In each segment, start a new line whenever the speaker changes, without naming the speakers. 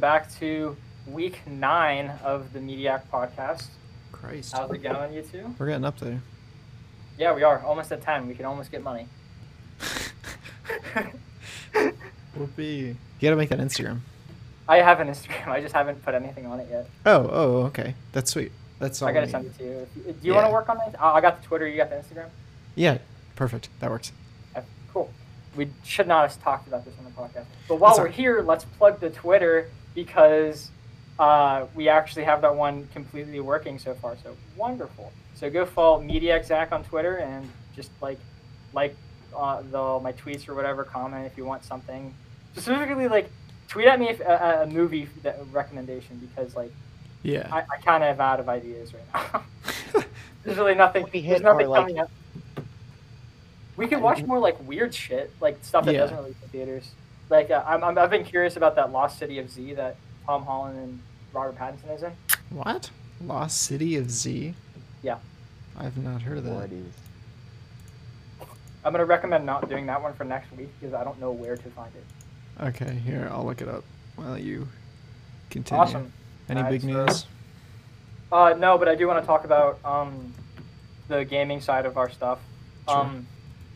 back to week nine of the Mediac podcast.
Christ.
How's it going, you two?
We're getting up there.
Yeah, we are almost at ten. We can almost get money.
Whoopee. You gotta make that Instagram.
I have an Instagram. I just haven't put anything on it yet.
Oh, oh, okay. That's sweet. That's all.
I
we
gotta
need.
send it to you. If you- Do you want
Yeah.
to work on it? I I got the Twitter. You got the Instagram.
Yeah, perfect. That works.
Uh, Cool. We should not have talked about this on the podcast. But while
That's all
we're
right.
here, let's plug the Twitter because uh, we actually have that one completely working so far. So wonderful. So go follow Mediac Zach on Twitter and just like like uh, the my tweets or whatever. Comment if you want something specifically. Like tweet at me if a, a- a movie that, recommendation because like
Yeah.
I, I kind of have out of ideas right now. There's really nothing.
We
There's
hit
nothing
our, like-
coming up. We could watch more like weird shit, like stuff that
Yeah.
doesn't release in theaters. Like uh, I'm, I'm, I've been curious about that Lost City of Z that Tom Holland and Robert Pattinson is in.
what? Lost City of Z?
Yeah.
I've not heard of that.
What is?
I'm gonna recommend not doing that one for next week because I don't know where to find it.
Okay, here, I'll look it up while you continue.
Awesome.
Any
Uh,
big
so-
news?
Uh, no, but I do want to talk about um, the gaming side of our stuff,
Sure.
um,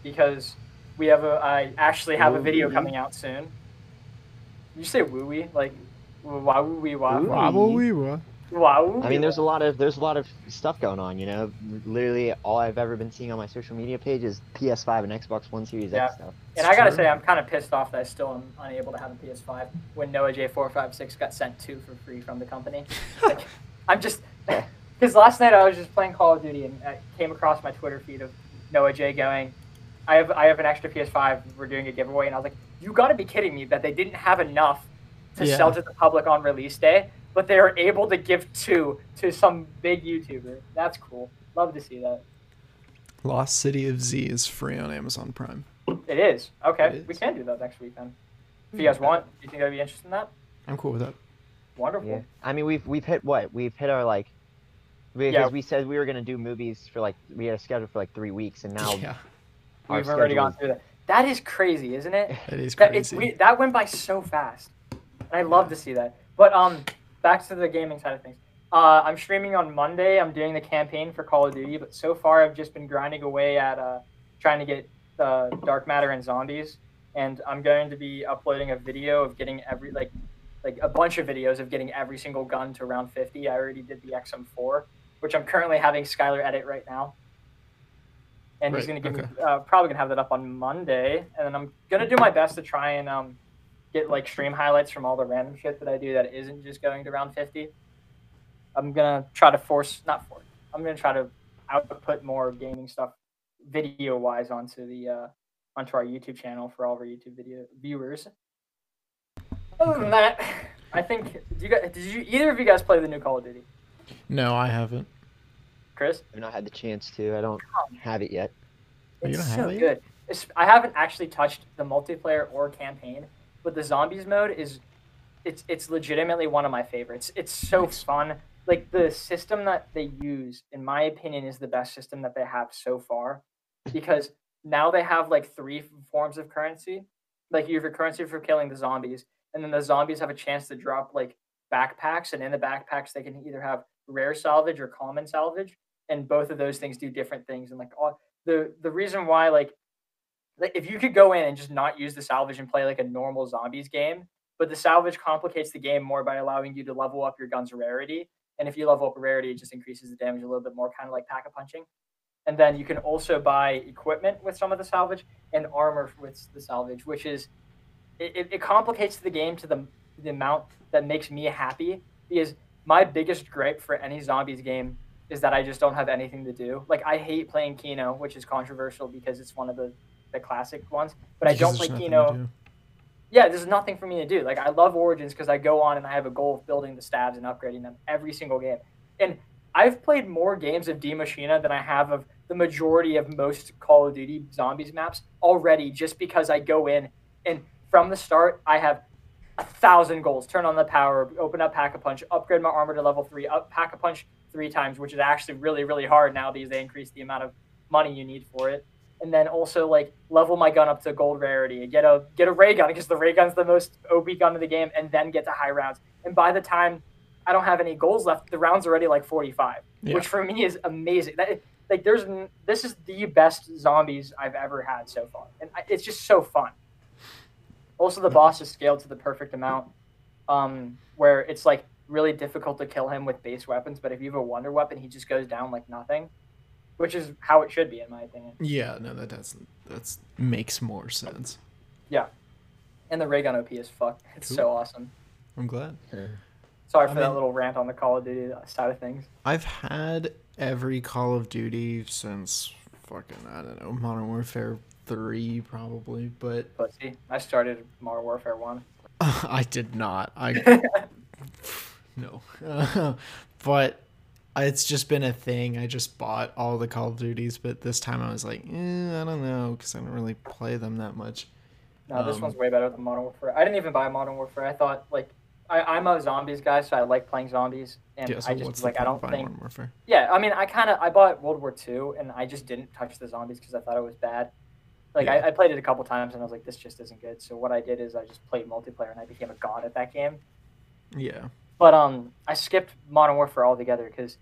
because we have a. I actually have a video
Woo-wee.
coming out soon. You say wooey like why would we why
Woo-wee.
Wobble-wee-wa.
wow?
I mean, there's a lot of there's a lot of stuff going on. You know, literally all I've ever been seeing on my social media page is PS5 and Xbox One Series
Yeah.
X stuff.
and I gotta say I'm kind of pissed off that I still am unable to have a PS5 when Noah J456 got sent two for free from the company. Like, I'm just because last night I was just playing Call of Duty and I came across my Twitter feed of Noah J going, I have I have an extra PS5. We're doing a giveaway, and I was like, you got to be kidding me that they didn't have enough to
Yeah.
sell to the public on release day, but they are able to give two to some big YouTuber. That's cool. Love to see that.
Lost City of Z is free on Amazon Prime.
It is okay.
It
We
is.
can do that next week then. If you
Hmm.
guys want, do you think I'd be interested in that?
I'm cool with that.
Wonderful.
Yeah. I mean, we've we've hit what we've hit our like because
Yeah.
we said we were gonna do movies for like we had a schedule for like three weeks and now
Yeah,
our
We've already
schedule
gone
is-
through that. That is crazy, isn't it?
it is
That, it's,
crazy.
we, that went by so fast. And I love to see that. But um, back to the gaming side of things. Uh, I'm streaming on Monday. I'm doing the campaign for Call of Duty, but so far I've just been grinding away at uh, trying to get uh, Dark Matter and Zombies. And I'm going to be uploading a video of getting every like like a bunch of videos of getting every single gun to round 50. I already did the XM4, which I'm currently having Skylar edit right now. And he's
Right,
going to give me
okay.
uh, probably going to have that up on Monday, and then I'm going to do my best to try and um, get like stream highlights from all the random shit that I do that isn't just going to round 50. I'm going to try to force not force. I'm going to try to output more gaming stuff video wise onto the uh, onto our YouTube channel for all of our YouTube video viewers. Other than that, I think do you guys, did you either of you guys play the new Call of Duty?
No, I haven't.
Chris,
I've not had the chance to. I don't have it yet.
Oh, you
it's
don't have
so
it yet?
good. It's, I haven't actually touched the multiplayer or campaign, but the zombies mode is it's it's legitimately one of my favorites. It's so fun. Like the system that they use, in my opinion, is the best system that they have so far, because now they have like three forms of currency. Like you have your currency for killing the zombies, and then the zombies have a chance to drop like backpacks, and in the backpacks they can either have rare salvage or common salvage, and both of those things do different things. And like all, the the reason why like like, if you could go in and just not use the salvage and play like a normal zombies game, but the salvage complicates the game more by allowing you to level up your gun's rarity. And if you level up rarity, it just increases the damage a little bit more, kind of like pack a punching. And then you can also buy equipment with some of the salvage and armor with the salvage, which is it, it, it complicates the game to the the amount that makes me happy. Because my biggest gripe for any zombies game is that I just don't have anything to do. Like I hate playing Kino, which is controversial because it's one of the the classic ones. But I
Because
don't
there's
play
nothing to
Kino
do.
yeah, there's nothing for me to do. Like I love Origins because I go on and I have a goal of building the stabs and upgrading them every single game. And I've played more games of D Machina than I have of the majority of most Call of Duty zombies maps already, just because I go in and from the start I have a thousand goals. Turn on the power, open up Pack a Punch, upgrade my armor to level three, up Pack a Punch three times, which is actually really, really hard now because they increase the amount of money you need for it. And then also like level my gun up to gold rarity, get a get a ray gun because the ray gun's the most OP gun of the game, and then get to high rounds, And by the time I don't have any goals left, the round's already like 45,
Yeah.
which for me is amazing. That, like there's n- this is the best zombies I've ever had so far, and I, it's just so fun. Also, the boss is scaled to the perfect amount, um, where it's like really difficult to kill him with base weapons, but if you have a wonder weapon, he just goes down like nothing, which is how it should be in my opinion.
Yeah, no, that does that's makes more sense.
And the ray gun OP is fuck. It's so
Cool.
awesome.
I'm glad.
Sorry
I
for that
mean-
little rant on the Call of Duty side of things.
I've had every Call of Duty since fucking I don't know Modern Warfare three probably, but
But see, I started Modern Warfare One.
I did not. I no, but it's just been a thing. I just bought all the Call of Duties, but this time I was like, eh, I don't know, because I don't really play them that much.
No, this
Um,
one's way better than Modern Warfare. I didn't even buy Modern Warfare. I thought like I, I'm a zombies guy, so I like playing zombies, and
Yeah, so
I just
what's
was
the
like I
point of
don't
buying
think.
Modern Warfare?
Yeah, I mean, I kind of I bought World War II, and I just didn't touch the zombies because I thought it was bad. Like
Yeah.
I, I played it a couple times, and I was like, this just isn't good. So what I did is I just played multiplayer, and I became a god at that game.
Yeah,
But um, I skipped Modern Warfare altogether because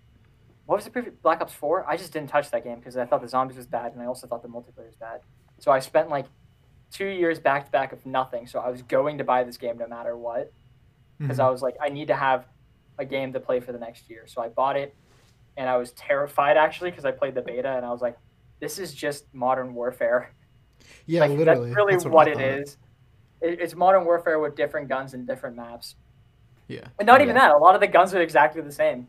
what was the previous Black Ops Four? I just didn't touch that game because I thought the zombies was bad, and I also thought the multiplayer was bad. So I spent like two years back to back of nothing. So I was going to buy this game no matter what
Mm-hmm.
because I was like, I need to have a game to play for the next year. So I bought it, and I was terrified actually because I played the beta, and I was like, this is just Modern Warfare.
yeah,
Like,
literally.
that's really
that's
what,
I
it
thought.
is. It, it's Modern Warfare with different guns and different maps.
Yeah.
And not even
Yeah.
that. A lot of the guns are exactly the same.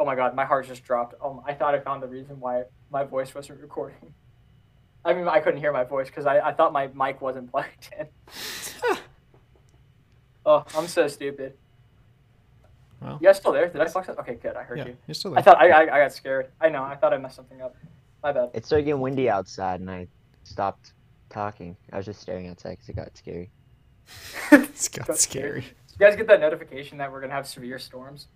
Oh my god, my heart just dropped. Um, I thought I found the reason why my voice wasn't recording. I mean, I couldn't hear my voice because I, I thought my mic wasn't plugged in. Oh, I'm so stupid.
Well.
You guys still there? Did I fuck up? Okay, good. I heard
Yeah,
you.
you're still
I
there.
thought I, I, I got scared. I know. I thought I messed something up. My bad.
It started getting windy outside, and I stopped talking. I was just staring outside because it got scary.
it's got
Got
scary.
scared. Did you guys get that notification that we're gonna have severe storms?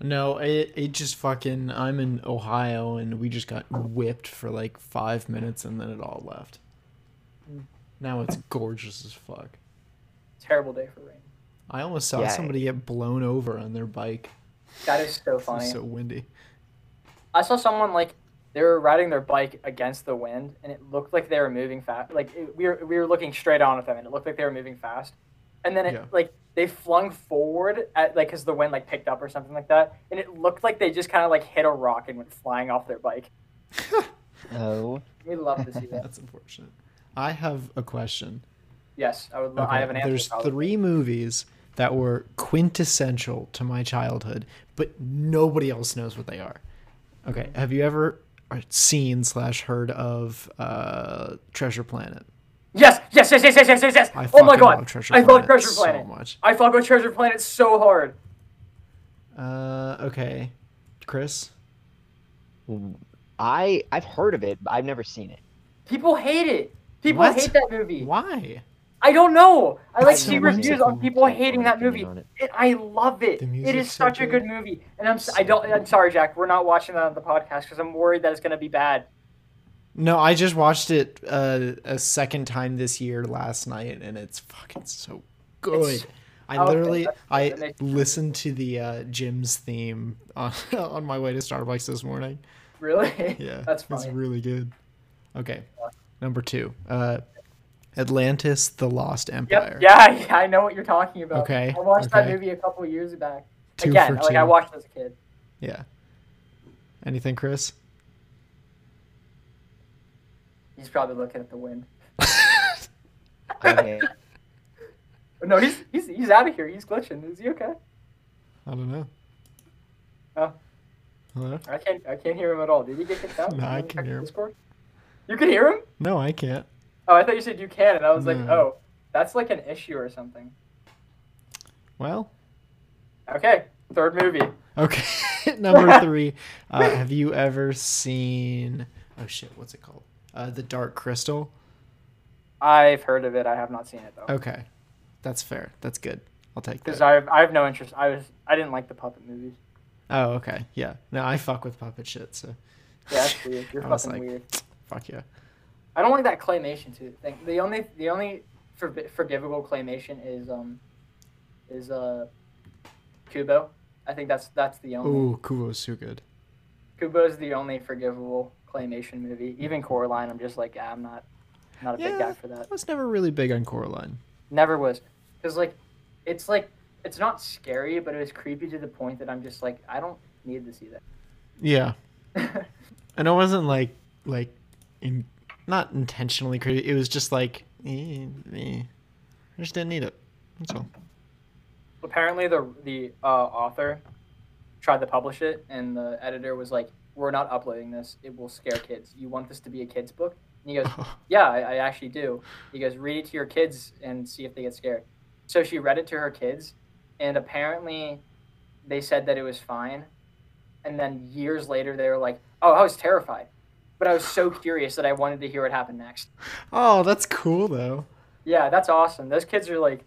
No, it it just fucking. I'm in Ohio, and we just got whipped for like five minutes, and then it all left.
Mm.
Now it's gorgeous as fuck.
Terrible day for rain.
I almost saw
Yeah,
somebody get blown over on their bike.
That is so
It was
funny.
so windy.
I saw someone like they were riding their bike against the wind, and it looked like they were moving fast. Like it, we were we were looking straight on at them, and it looked like they were moving fast. And then it
Yeah.
like they flung forward at like because the wind like picked up or something like that, and it looked like they just kind of like hit a rock and went flying off their bike.
Oh,
We love to see that.
That's unfortunate. I have a question.
yes, I would. Lo- I
Okay,
have an answer.
There's
probably.
three movies that were quintessential to my childhood, but nobody else knows what they are. Okay, have you ever uh, seen slash heard of uh, Treasure Planet?
Yes, yes, yes, yes, yes, yes, yes, yes.
I
oh my
fucking
god,
love Treasure
I love
Planet
Treasure
so
Planet.
much.
I fuck with Treasure Planet so hard.
Uh, okay, Chris.
I I've heard of it, but I've never seen it.
People hate it. People
What?
hate that movie.
Why?
I don't know. I like
It's
see
so
reviews on
whimsical.
people
Can't
hating
form an
that movie.
opinion on it.
It- I love it.
The
It
music's
is
so
such a
good.
good movie, and I'm s- I
So
don't. I'm
good.
sorry, Jack. We're not watching that on the podcast because I'm worried that it's gonna be bad.
No, I just watched it uh, a second time this year last night, and it's fucking so good.
It's-
I
okay,
literally
that's- that
I
makes-
listened to the uh, Jim's theme on, on my way to Starbucks this morning.
Really?
Yeah,
That's
it's
funny.
really good. Okay, number two, uh, Atlantis: The Lost Empire.
Yep. Yeah, yeah, I know what you're talking about.
Okay,
I watched that
okay.
movie a couple years back.
Two
Again,
for
like I
two.
watched it as a kid.
Yeah. Anything, Chris?
He's probably looking at the wind.
Okay.
Oh, No, he's he's he's out of here. He's glitching. Is he okay?
I don't know.
Oh.
Hello?
I can't I can't hear him at all. Did he get kicked out?
No,
Did
I
he
can
check
hear him.
Discord? You can hear him?
No, I can't.
Oh, I thought you said you can, and I was like,
No.
oh, that's like an issue or something.
Well,
Okay, third movie.
Okay, number three. Uh, have you ever seen? Oh shit, what's it called? Uh, the Dark Crystal.
I've heard of it. I have not seen it though,
Okay, that's fair. That's good. I'll take
because
that.
I've I have no interest. I was I didn't like the puppet movies.
Oh, okay. Yeah. No, I fuck with puppet shit, so
Yeah, that's weird. You're
I was
fucking
like-
weird.
fuck yeah.
I don't like that claymation too thing. The only the only forbi forgivable claymation is um is uh Kubo. I think that's that's the only
Ooh, Kubo's so good.
Kubo's the only forgivable claymation movie. Even Coraline, I'm just like, ah, I'm not not a big guy for that.
I was never really big on Coraline.
Never was. Because like it's like it's not scary, but it was creepy to the point that I'm just like, I don't need to see
Yeah,
that.
and it wasn't like like in not intentionally creepy. It was just like eh, eh. I just didn't need it. That's all.
Apparently the the uh, author tried to publish it and the editor was like, We're not uploading this. It will scare kids. You want this to be a kid's book? And he goes, Yeah, I, I actually do. He goes, read it to your kids and see if they get scared. So she read it to her kids, and apparently they said that it was fine. And then years later, they were like, oh, I was terrified. But I was so curious that I wanted to hear what happened next.
Oh, that's cool though.
Yeah, that's awesome. Those kids are like,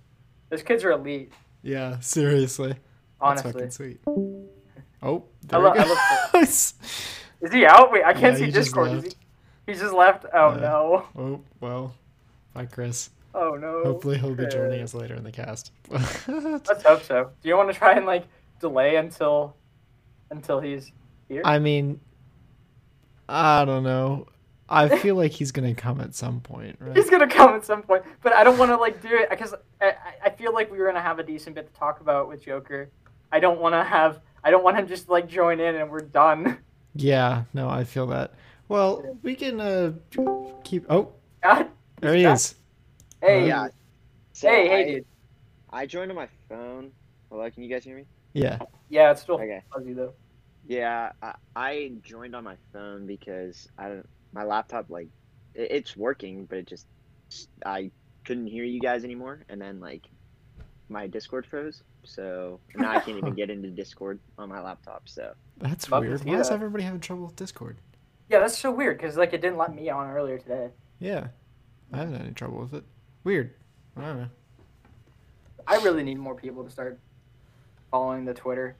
those kids are elite,
Yeah, seriously. That's
honestly.
fucking sweet. Oh,
I
there
lo-
we
I
go.
Is he out? Wait, I
Yeah,
can't
he
see
just
Discord. Is
left.
he, he just left? Oh,
Yeah.
no.
oh, well. Bye, Chris.
Oh, no.
Hopefully he'll be joining
Chris.
us later in the cast.
Let's hope so. Do you want to try and like delay until until he's here?
I mean, I don't know. I feel like he's gonna come at some point, right?
He's gonna come at some point, but I don't want to like do it because I, I- I feel like we were gonna have a decent bit to talk about with Joker. I don't want to have I don't want him just like join in and we're done.
Yeah, no, I feel that. Well, we can uh keep. Oh,
God,
there he
back.
is.
hey,
Yeah.
So
hey, hey,
I,
dude.
I joined on my phone. Hello, can you guys hear me?
Yeah.
Yeah, it's still
Okay.
fuzzy though.
Yeah, I, I joined on my phone because I don't. My laptop like, it, it's working, but it just I couldn't hear you guys anymore, and then like, my Discord froze, so now I can't even get into Discord on my laptop. So
That's
Love to
weird.
see
Why is
that.
everybody having trouble with Discord?
Yeah, that's so weird because like it didn't let me on earlier today.
Yeah, I haven't had any trouble with it. Weird. I don't know.
I really need more people to start following the Twitter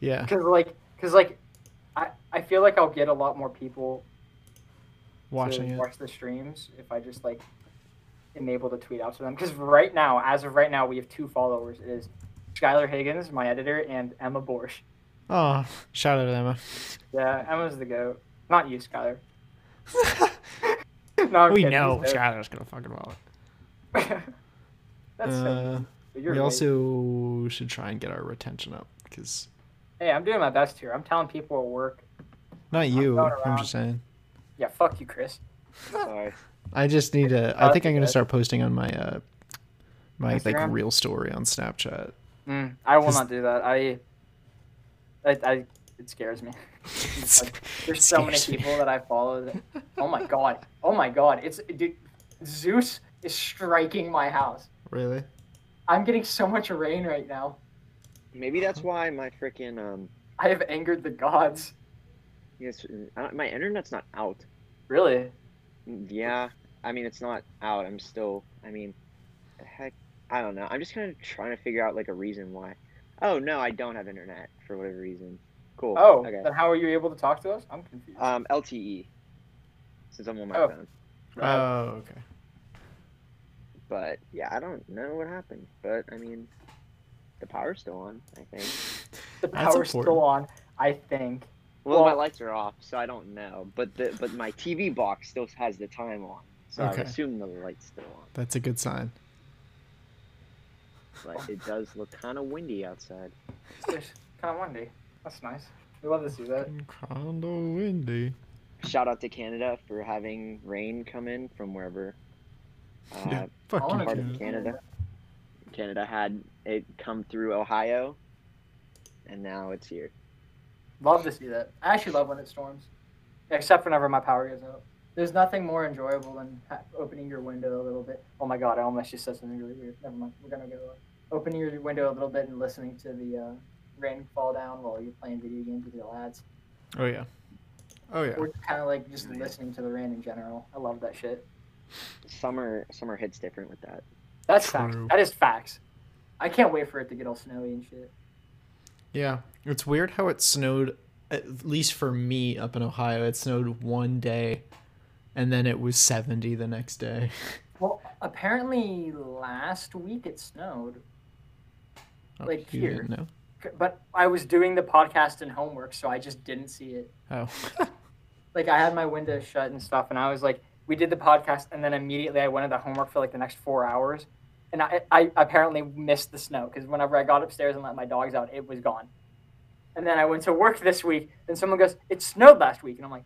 Yeah.
because like because like I I feel like I'll get a lot more people
Watching
to
it.
watch the streams if I just like enable to tweet out to them. Because right now, as of right now, we have two followers. It is Skylar Higgins, my editor, and Emma Borsch.
Oh, shout out to Emma.
Yeah, Emma's the goat. Not you, Skylar. no, I'm
we
kidding,
know
he's dope.
Skylar's gonna fucking roll it.
That's so.
Uh,
But
we
You're right.
also should try and get our retention up because
Hey, I'm doing my best here. I'm telling people at work.
not you.
going
I'm,
around.
just saying.
Yeah, fuck you, Chris.
sorry.
I just need to. I
Uh,
think I'm gonna
yes.
start posting on my uh my like
Instagram?
real story on Snapchat.
Mm, I will
Just-
not do that. I, I, I it scares me. Like, There's so many
Scares me.
people that I follow. That, oh my god! Oh my god! It's dude, Zeus is striking my house.
Really?
I'm getting so much rain right now.
Maybe that's why my freaking um,
I have angered the gods.
yes, I don't- my internet's not out.
Really?
Yeah, I mean it's not out. I'm still. I mean, heck, I don't know. I'm just kind of trying to figure out like a reason why. Oh no, I don't have internet for whatever reason. Cool.
Oh,
Okay.
then how are you able to talk to us? I'm confused.
Um, LTE. Since I'm on my
Oh.
phone.
Oh, okay.
But yeah, I don't know what happened. But I mean, the power's still on. I think.
the
that's
power's still on. I think.
Well, my
Well-
lights are off, so I don't know. But the but my TV box still has the time on, so
Okay.
I assume the light's still on.
That's a good sign.
But it does look kind of windy outside.
It's kind of windy. That's nice. We love to see that.
Kinda windy.
shout out to Canada for having rain come in from wherever. Uh,
Yeah.
I
Fucking
wanna
part
go
of
to
Canada.
Canada. Canada had it come through Ohio, and now it's here.
Love to see that. I actually love when it storms, except whenever my power goes out. There's nothing more enjoyable than ha- opening your window a little bit. Oh my god, I almost just said something really weird. Never mind. We're gonna go uh, opening your window a little bit and listening to the uh, rain fall down while you're playing video games with your lads,
Oh yeah. Oh yeah.
or kind of like just listening to the rain in general. I love that shit.
Summer, summer hits different with that.
That's facts.
True.
That is facts. I can't wait for it to get all snowy and shit.
Yeah. It's weird how it snowed at least for me up in Ohio, it snowed one day and then it was 70 the next day.
Well, apparently last week it snowed.
Oh,
Like
you
here.
didn't know.
C- But I was doing the podcast and homework, so I just didn't see it.
Oh.
Like I had my windows shut and stuff, and I was like, we did the podcast, and then immediately I went into homework for like the next four hours, and I, I apparently missed the snow because whenever I got upstairs and let my dogs out, it was gone. And then I went to work this week, and someone goes, "It snowed last week," and I'm like,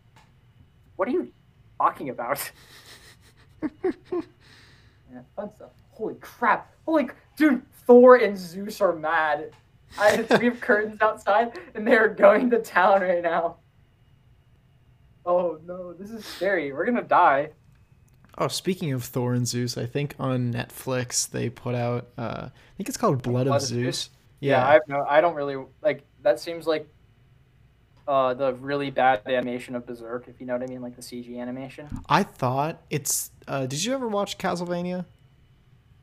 "What are you talking about?" yeah, fun stuff. Holy crap! Holy c- dude, Thor and Zeus are mad. I, we have curtains outside, and they are going to town right now. Oh no, this is scary. We're gonna die.
Oh, speaking of Thor and Zeus, I think on Netflix they put out. Uh, I think it's called Blood, of
Blood of
Zeus.
Zeus? I have no. I don't really like. That seems like uh, the really bad animation of Berserk, if you know what I mean, like the CG animation.
I thought it's. Uh, did you ever watch Castlevania?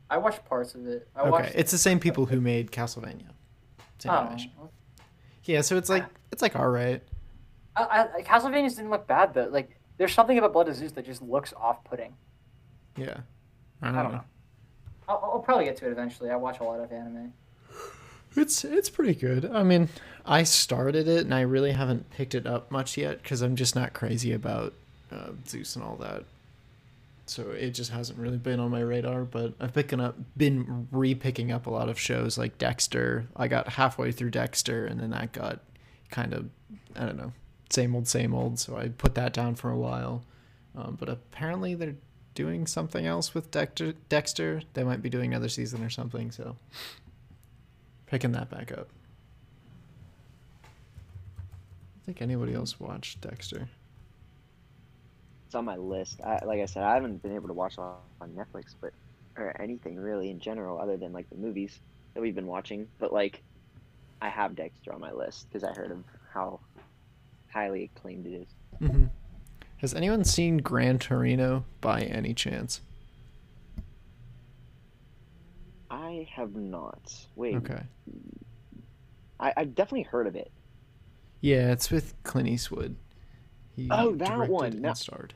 I watched parts of it. I
Okay,
watched.
it's the same people who made Castlevania. Same
Oh,
animation. Yeah, so it's like it's like all right.
I, I, I- Castlevania's didn't look bad though. Like there's something about Blood of Zeus that just looks off-putting.
Yeah,
I don't know. I'll, I'll probably get to it eventually. I watch a lot of anime.
It's it's pretty good. I mean, I started it and I really haven't picked it up much yet because I'm just not crazy about uh, Zeus and all that. So it just hasn't really been on my radar. But I've picking up, been re-picking up a lot of shows like Dexter. I got halfway through Dexter and then that got kind of I don't know, same old, same old. So I put that down for a while. Um, but apparently they're doing something else with Dexter. Dexter, they might be doing another season or something. So picking that back up. I don't think anybody else watched Dexter.
It's on my list. I, like I said, I haven't been able to watch a lot on Netflix, but or anything really in general, other than like the movies that we've been watching. But like, I have Dexter on my list because I heard of how highly acclaimed it is.
hmm Has anyone seen Gran Torino by any chance?
I have not. Wait,
Okay.
I, I've definitely heard of it.
Yeah, it's with Clint Eastwood. He
Oh, that
directed
one.
And
Now-
starred.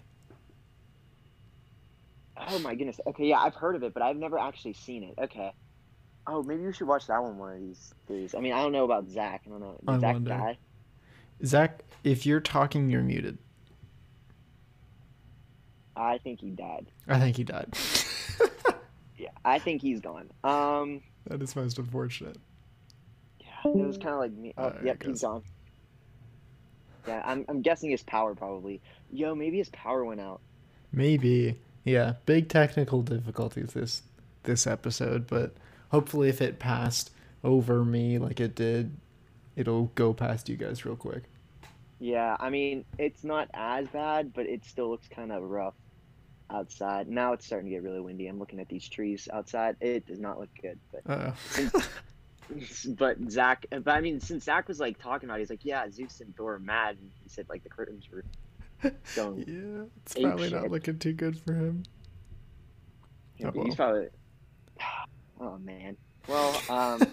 Oh my goodness. Okay, yeah, I've heard of it, but I've never actually seen it. Okay. Oh, maybe we should watch that one one of these days. I mean, I don't know about Zach. I don't know. Did
I
Zach
wonder.
die?
Zach, if you're talking, you're muted.
I think he died.
I think he died.
Yeah, I think he's gone. Um,
that is most unfortunate.
yeah, it was kind of like me. Oh,
Alright,
yep, he's
guys.
gone. Yeah, I'm, I'm guessing his power probably. Yo, maybe his power went out.
Maybe. Yeah, big technical difficulties this this episode, but hopefully if it passed over me like it did, it'll go past you guys real quick.
Yeah, I mean, it's not as bad, but it still looks kind of rough outside. Now it's starting to get really windy. I'm looking at these trees outside. It does not look good, but.
Uh
but Zach, but I mean, since Zach was like talking about, it, he's like, yeah, Zeus and Thor are mad. And he said like the curtains were going.
Yeah, it's
Ape
probably not
shit.
looking too good for him. Oh, well.
He's probably. Oh man. Well, um,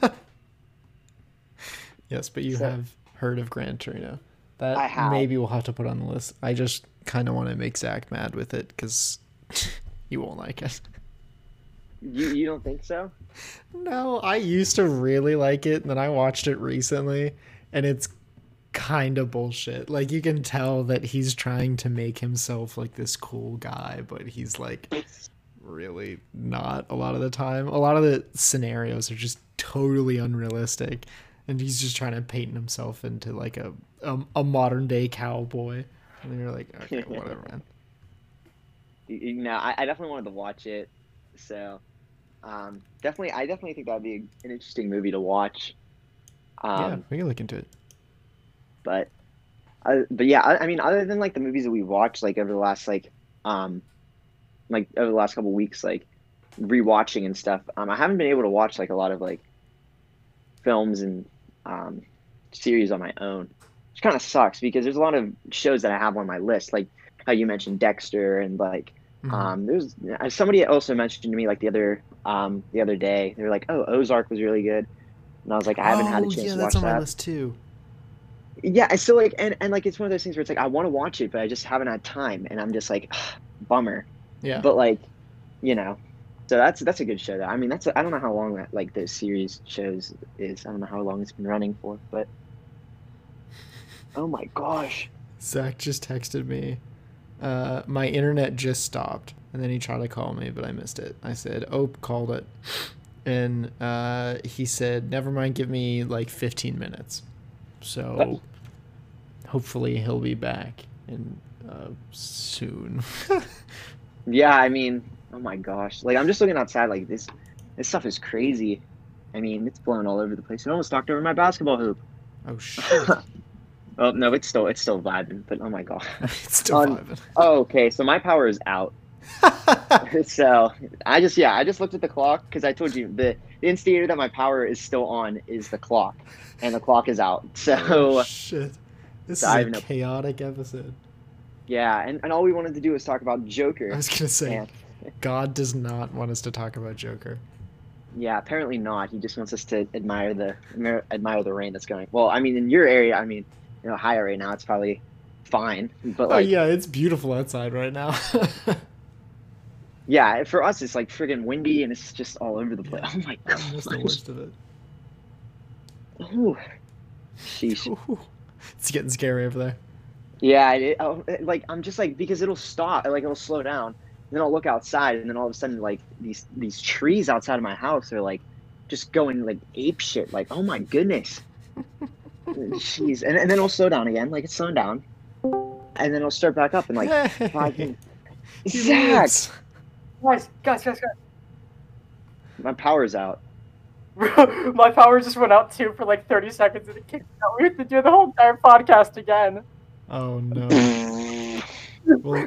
Yes, but you
So-
have heard of Gran Torino. That
I have.
maybe we'll have to put on the list. I just kind of want to make Zach mad with it because you won't like it.
you you don't think so?
No, I used to really like it, and then I watched it recently, and it's kind of bullshit. Like you can tell that he's trying to make himself like this cool guy, but he's like really not a lot of the time. A lot of the scenarios are just totally unrealistic, and he's just trying to paint himself into like a a, a modern day cowboy. And you're like, okay, whatever, man.
You, you know, I, I definitely wanted to watch it. So, um, definitely, I definitely think that'd be an interesting movie to watch. Um,
yeah, we can look into it.
but uh, but yeah I, I mean other than like the movies that we watched like over the last like um like over the last couple weeks like rewatching and stuff um i haven't been able to watch like a lot of like films and um series on my own which kind of sucks because there's a lot of shows that i have on my list like how you mentioned dexter and like
Mhm.
um, there was uh, somebody also mentioned to me like the other um, the other day. They were like, "Oh, Ozark was really good," and I was like, "I haven't had a
Oh,
chance
yeah,
to watch
that's on
that."
my list too.
Yeah, I still like and, and like it's one of those things where it's like I want to watch it, but I just haven't had time, and I'm just like, bummer.
Yeah.
But like, you know, So that's that's a good show. Though. I mean, that's I I don't know how long that like those series shows is. I don't know how long it's been running for, but oh my gosh,
Zach just texted me. Uh, my internet just stopped, and then he tried to call me, but I missed it. I said, "Oh, called it," and uh, he said, "Never mind. Give me like 15 minutes." So, hopefully, he'll be back and uh, soon.
yeah. I mean, oh my gosh. Like I'm just looking outside. Like this, this stuff is crazy. I mean, it's blown all over the place. It almost knocked over my basketball hoop.
oh shit!
Oh no, it's still it's still vibing. But oh my god.
it's still
On-
vibing.
Oh, okay, so my power is out. so I just yeah, I just looked at the clock because I told you the, the instigator that my power is still on is the clock, and the clock is out.
Oh,
So uh,
shit! This
So
is
I
a
have no-
chaotic episode.
yeah, and, and all we wanted to do was talk about
I
Joker.
was gonna say,
Yeah.
God does not want us to talk about Joker.
Yeah, apparently not. He just wants us to admire the admire- admire the rain that's going. Well, I mean, in your area, I mean, in Ohio right now, it's probably fine. But
oh
like,
yeah, it's beautiful outside right now.
yeah. for us, it's like friggin' windy and it's just all over the place. Oh my
That's the
god.
worst of it.
Ooh. Sheesh.
Ooh, it's getting scary over there.
Yeah, it, oh, it- like I'm just like because it'll stop, like it'll slow down, and then I'll look outside, and then all of a sudden, like these these trees outside of my house are like just going like ape shit. Like, oh my goodness, jeez, and, and then it'll slow down again, like it's slowing down, and then it'll start back up, and like
Hey,
five minutes.
he
Zach,
lives.
Guys, guys, guys,
my power's out.
guys. My power just went out too for like 30 seconds and it kicked out. We have to do the whole entire podcast again.
Oh no.
yeah,
Well,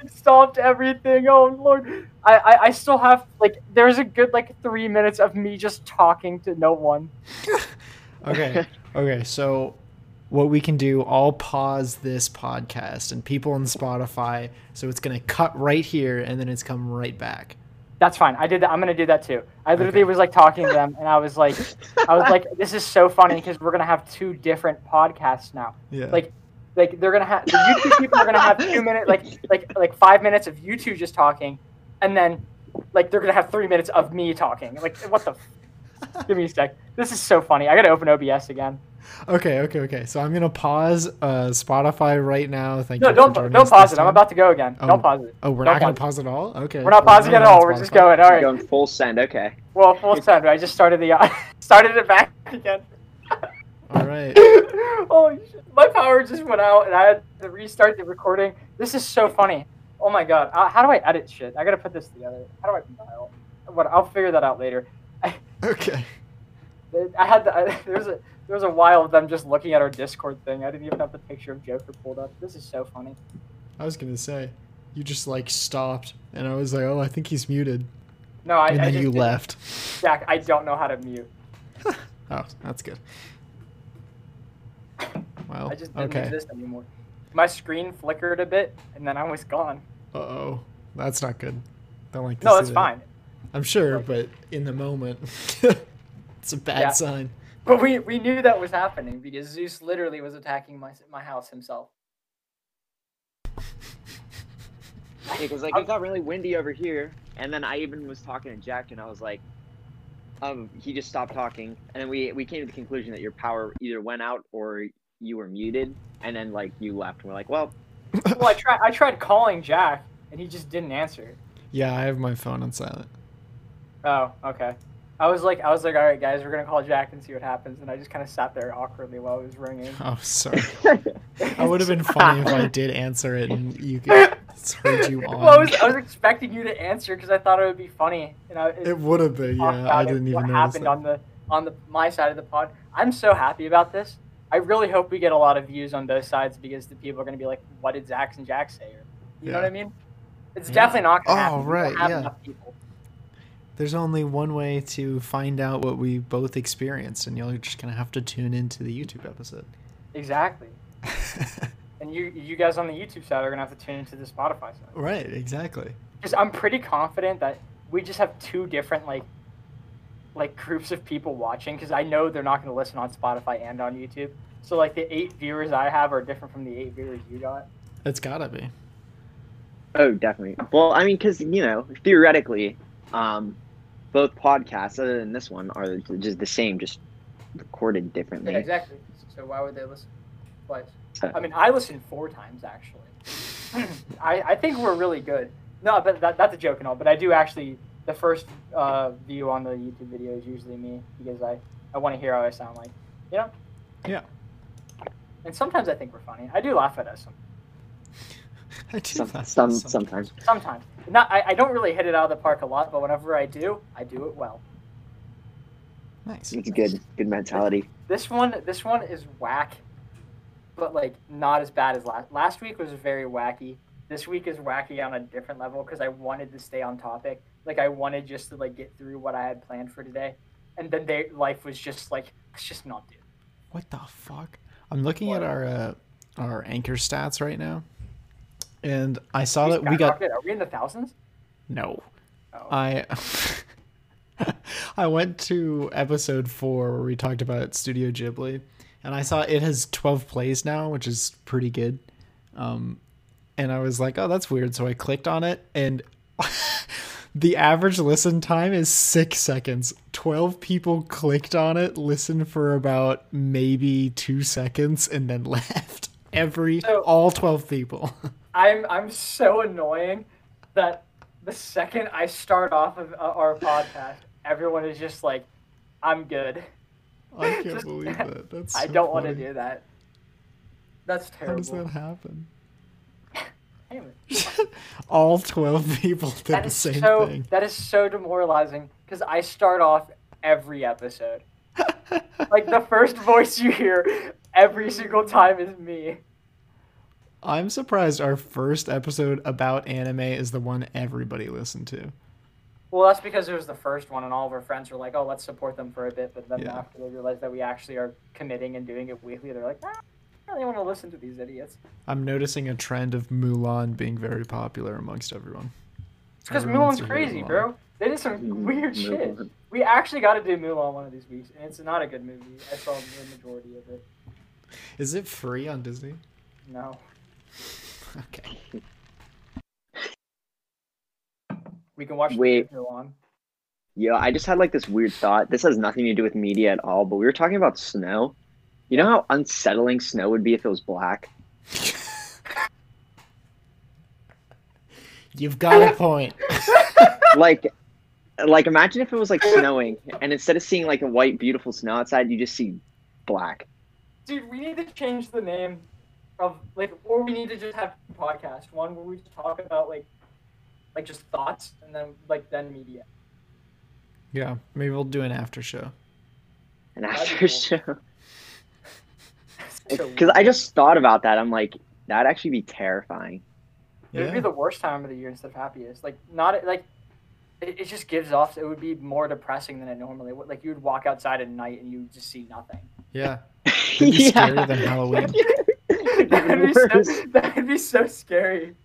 It stopped everything. Oh lord. I, I I still have like there's a good like three minutes of me just talking to no one.
okay. Okay, so what we can do, I'll pause this podcast and people on Spotify, so it's gonna cut right here and then it's come right back.
That's fine. I did that. I'm gonna do that too. I literally
Okay.
was like talking to them, and I was like, I was like, this is so funny because we're gonna have two different podcasts now.
Yeah.
Like, like they're gonna have the YouTube people are gonna have two minutes, like, like, like five minutes of you two just talking, and then like they're gonna have three minutes of me talking. Like, what the? F- Give me a sec. This is so funny. I gotta open OBS again.
Okay, okay, okay. So I'm gonna pause uh, Spotify right now. Thank
No,
you.
don't
for joining
don't
us this
pause it. I'm
time.
about to go again.
Oh.
Don't pause it.
Oh, we're
don't
not gonna
pause it.
pause at all. Okay.
We're not
well,
pausing
we're
at
on
all. We're just
Spotify.
going. All right.
going full send. Okay,
Well, full send. I just started the uh, started it back again.
All right.
oh, shit. my power just went out, and I had to restart the recording. This is so funny. Oh my god, uh, how do I edit shit? I gotta put this together. How do I compile? What? I'll figure that out later.
Okay.
I had the, I, there was a there was a while of them just looking at our Discord thing. I didn't even have the picture of Joker pulled up. This is so funny.
I was gonna say, you just like stopped, and I was like, oh, I think he's muted,
No, I,
and
I
then
just
you
did-
left.
Jack, I don't know how to mute.
Oh, that's good. Well,
I just didn't
Oh, okay.
exist anymore. My screen flickered a bit, and then I was gone.
Uh oh, that's not good. Don't like. To
No,
see
that's
that.
fine.
I'm sure, but in the moment, it's a bad
Yeah.
sign.
But we, we knew that was happening because Zeus literally was attacking my, my house himself.
because like it got really windy over here, and then I even was talking to Jack, and I was like, um, he just stopped talking, and then we we came to the conclusion that your power either went out or you were muted, and then like you left. We're like, well,
well, I tried. I tried calling Jack, and he just didn't answer.
Yeah, I have my phone on silent.
Oh, okay. I was like, I was like, all right, guys, we're gonna call Jack and see what happens. And I just kind of sat there awkwardly while it was ringing.
Oh, sorry. I would have been funny if I did answer it and you could, it's heard you on.
well, I was, I was expecting you to answer because I thought it would be funny. You know, it,
it would have been,
talked
yeah.
about
I
it,
didn't
what
even notice
happened
that.
on the on the my side of the pod. I'm so happy about this. I really hope we get a lot of views on both sides because the people are gonna be like, "What did Zax and Jack say?" Or, you know what
Yeah.
I mean? It's
Yeah.
definitely not gonna
Oh,
happen. We don't
right,
have
yeah.
enough people.
There's only one way to find out what we both experienced, and you're just going to have to tune into the YouTube episode.
Exactly. And you you guys on the YouTube side are gonna have to tune into the Spotify side.
right, exactly.
Because I'm pretty confident that we just have two different like like groups of people watching. Because I know they're not gonna listen on Spotify and on YouTube. So like the eight viewers I have are different from the eight viewers you got.
It's got to be.
oh, definitely. Well, I mean, because you know, theoretically, Um, both podcasts, other than this one, are just the same, just recorded differently.
Yeah, exactly. So why would they listen twice?
So-
I mean, I listened four times actually. I, I think we're really good. No, but that, that's a joke and all. But I do actually the first uh, view on the YouTube video is usually me because I I want to hear how I sound like, you know.
Yeah.
And sometimes I think we're funny. I do laugh at us some-
I do
Some,
laugh at
some,
some-
sometimes.
sometimes. Not I, I don't really hit it out of the park a lot, but whenever I do, I do it well.
Nice.
It's good, good mentality.
This one, this one is whack, but like not as bad as last. Last week was very wacky. This week is wacky on a different level because I wanted to stay on topic. Like I wanted just to like get through what I had planned for today, and then they life was just like let's just not do. it."
What the fuck? I'm looking at our uh, our anchor stats right now, and I saw that we got
skyrocketed. Are we in the thousands?
no.
Oh.
I I went to episode four where we talked about Studio Ghibli, and I saw it has 12 plays now, which is pretty good. Um, and I was like, oh, that's weird. So I clicked on it, and the average listen time is six seconds. 12 people clicked on it, listened for about maybe two seconds, and then left. Every,
So-
all 12 people.
I'm I'm so annoying that the second I start off of uh, our podcast, everyone is just like, I'm good.
I can't
Just-
believe that. That's
I
so
don't want to
funny.
do that. That's
How does
terrible.
that happen?
Damn it.
All 12 people did
That
the
is
same
so
thing.
that is so demoralizing because I start off every episode. like the first voice you hear every single time is me.
I'm surprised our first episode about anime is the one everybody listened to.
Well, that's because it was the first one, and all of our friends were like, "Oh, let's support them for a bit." But then
Yeah.
after they realized that we actually are committing and doing it weekly, they're like, ah, "I don't want to listen to these idiots."
I'm noticing a trend of Mulan being very popular amongst everyone.
It's because Mulan's
Everyone's a Mm-hmm. hero
crazy,
Mulan.
bro. They did some weird shit.
Mulan.
We actually got to do Mulan one of these weeks, and it's not a good movie. I saw the majority of it.
Is it free on Disney?
No.
Okay.
We can watch
Wait.
the Mulan.
Yo, I just had like this weird thought. This has nothing to do with media at all, but we were talking about snow. You know how unsettling snow would be if it was black?
You've got a point.
Like like imagine if it was like snowing and instead of seeing like a white beautiful snow outside, you just see black.
Dude, we need to change the name of like, or we need to just have two podcasts. One where we just talk about like, like just thoughts, and then like then media.
yeah, maybe we'll do an after show.
And
That'd be
after
cool.
show
So
cuz I just thought about that. I'm like that'd actually be terrifying.
It would be
Yeah.
the worst time of the year instead of happiest. Like not like it, it just gives off. It would be more depressing than it normally would. Like you would walk outside at night and you would just see nothing.
Yeah. It'd be scarier than Halloween.
that would be so,
Worse.
that would be so scary.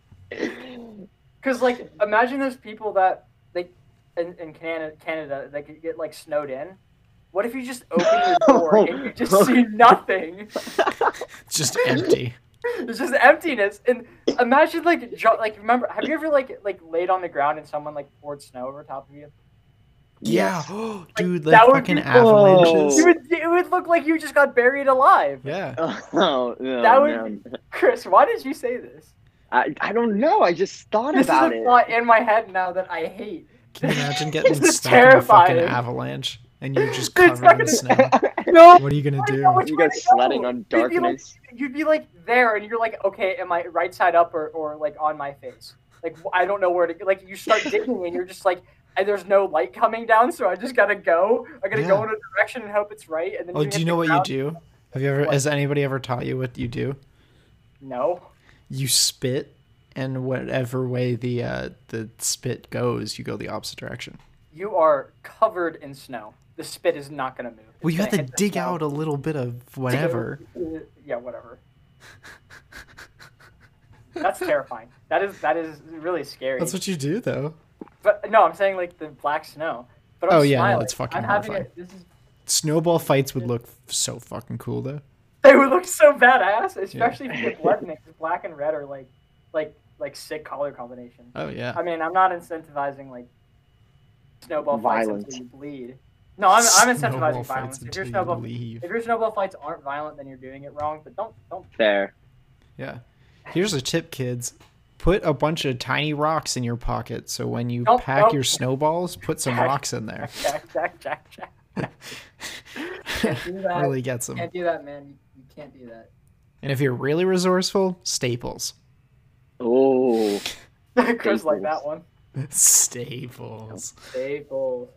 Cause like imagine those people that like in, in Canada Canada that could get like snowed in. What if you just open your door and you just see nothing?
It's just empty.
It's just emptiness. And imagine like jo- like remember have you ever like like laid on the ground and someone like poured snow over top of you?
Yeah.
Yes.
Dude, like
that would
fucking
be-
avalanches.
It would, it would look like you just got buried alive.
Yeah.
Oh, no,
That
no.
would Chris, why did you say this?
I, I don't know. I just thought
This is
about
a
it.
thought in my head now that I hate.
Can you imagine getting
This is
stuck in a fucking
terrifying.
avalanche and you're just
It's
covered
fucking-
in snow?
No,
What are you gonna
I don't
do?
know what
You go
It's where I
sledding
go.
on
You'd be like-
darkness.
you'd be like there and you're like, okay, am I right side up or, or like on my face? Like wh- I don't know where to like you start digging and you're just like "I- there's no light coming down, so I just gotta go. I gotta go
Yeah.
in a direction and hope it's right. And then
Oh, do you know what you do? Have you ever? Has anybody ever taught you what you do?
No,
You spit, and whatever way the uh, the spit goes, you go the opposite direction.
you are covered in snow. The spit is not gonna move. It's
Well, you have
gonna
to
hit the
dig
snow. Uh,
out a little bit of whatever.
Yeah, whatever. That's terrifying. That is that is really scary.
That's what you do, though.
But no, I'm saying like the black snow. But I'm
Oh, yeah, no,
smiling.
that's fucking
I'm having
horrifying.
a- this is
Snowball fights would look so fucking cool, though.
they would look so badass, especially if you get blood in it. 'cause Black and red are like, like, like sick color combination.
Oh yeah.
I mean, I'm not incentivizing like snowball fights
Violent.
until you bleed. No, I'm, I'm
Snowball
incentivizing
fights
violence. If your
until you
snowball
leave.
if your snowball fights aren't violent, then you're doing it wrong. But don't don't
Fair.
Yeah. Here's a tip, kids. Put a bunch of tiny rocks in your pocket so when you
Nope,
pack
nope.
your snowballs, put some
Jack,
rocks in there.
jack jack jack jack. do that.
really gets them.
Can't do that, man. You, you can't do that.
And if you're really resourceful, staples.
Oh,
Chris like that
Staples.
one.
Staples.
Staples.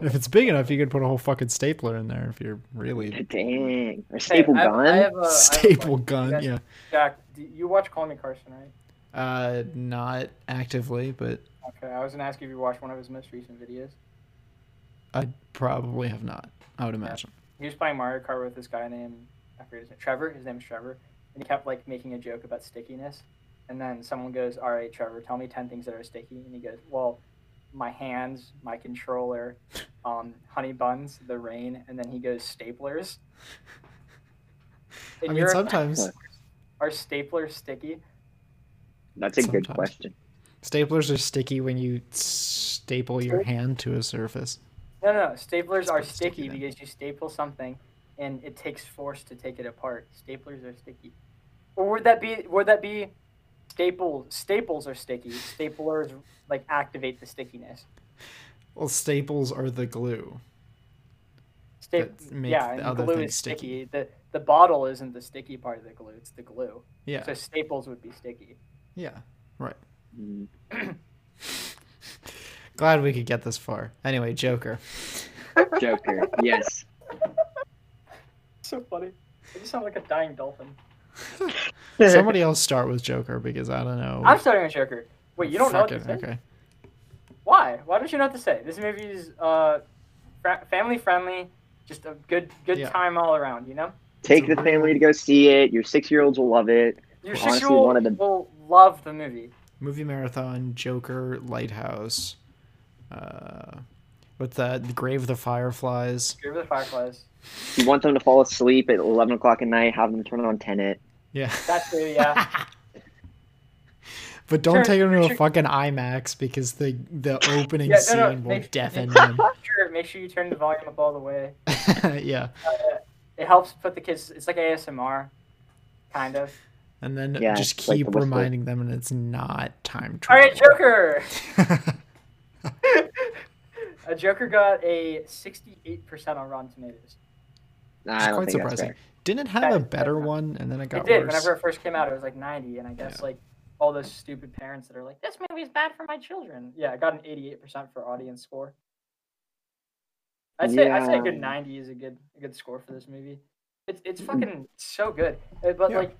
If it's big enough, you could put a whole fucking stapler in there if you're really
dang. A
Hey,
staple
I have-
gun?
I have a- uh, I have a question. You
staple gun.
guys-
Yeah.
Jack, do you watch Call Me Carson, right?
Uh, not actively, but
Okay, I was gonna ask you if you watched one of his most recent videos.
I probably have not. I would imagine.
He was playing Mario Kart with this guy named I forget his name, Trevor. His name's Trevor, and he kept like making a joke about stickiness. And then someone goes, "All right, Trevor, tell me ten things that are sticky." And he goes, "Well, my hands, my controller, um, honey buns, the rain." And then he goes, "Staplers." In
I mean,
your opinion,
sometimes
are staplers sticky?
That's a good
Sometimes.
question.
staplers are sticky when you staple your hand to a surface.
No, no, no. Staplers
It's
are
pretty sticky
sticky
then.
because you staple something, and it takes force to take it apart. Staplers are sticky. Or would that be? Would that be? Staples. Staples are sticky. Staplers like activate the stickiness.
Well, staples are the glue.
Sta-
That make
yeah,
the
and
other
glue
thing
is sticky.
sticky.
The the bottle isn't the sticky part of the glue. It's the glue.
Yeah.
So staples would be sticky.
yeah. Right.
Mm.
Glad we could get this far. Anyway, Joker.
Joker. yes.
So funny. I just sound like a dying dolphin.
Somebody else start with Joker because I don't know.
I'm starting with Joker. Wait, you don't know what
Fuck
to
it,
say?
Okay.
Why? Why don't you know what to say? This movie is uh, fra- family friendly, just a good good
Yeah.
time all around. You know,
Take the family to go see it. Your six year olds will love it.
your
Honestly,
six year old
one of the-
will love the movie.
Movie marathon, Joker, Lighthouse. Uh, what's that? The Grave of the Fireflies.
Fear of the Fireflies.
You want them to fall asleep at 11 o'clock at night, have them turn on Tenet.
Yeah.
That's the yeah.
But don't
Sure,
take him to
sure.
a fucking IMAX because the the opening
Yeah,
scene
no, no,
will
make-
deafen
make-
him.
sure, make sure you turn the volume up all the way.
yeah.
It helps put the kids. It's like ASMR, kind of.
And then
Yeah,
just
it's like the
keep
whistle.
reminding them and it's not time
All
travel.
right, Joker.
Joker.
A Joker got a sixty-eight percent on Rotten Tomatoes.
I
It's
don't
quite
think
surprising.
that's
Didn't it
That
have
is
a
quite
better
surprising.
one and then it got
it did.
worse?
Whenever it first came out, it was like ninety, and I guess
Yeah.
like all those stupid parents that are like, "This movie's bad for my children." Yeah, I got an eighty-eight percent for audience score. I'd say I'd say a good
Yeah.
ninety is a good a good score for this movie. It's it's fucking so good. Uh, But
Yeah.
like,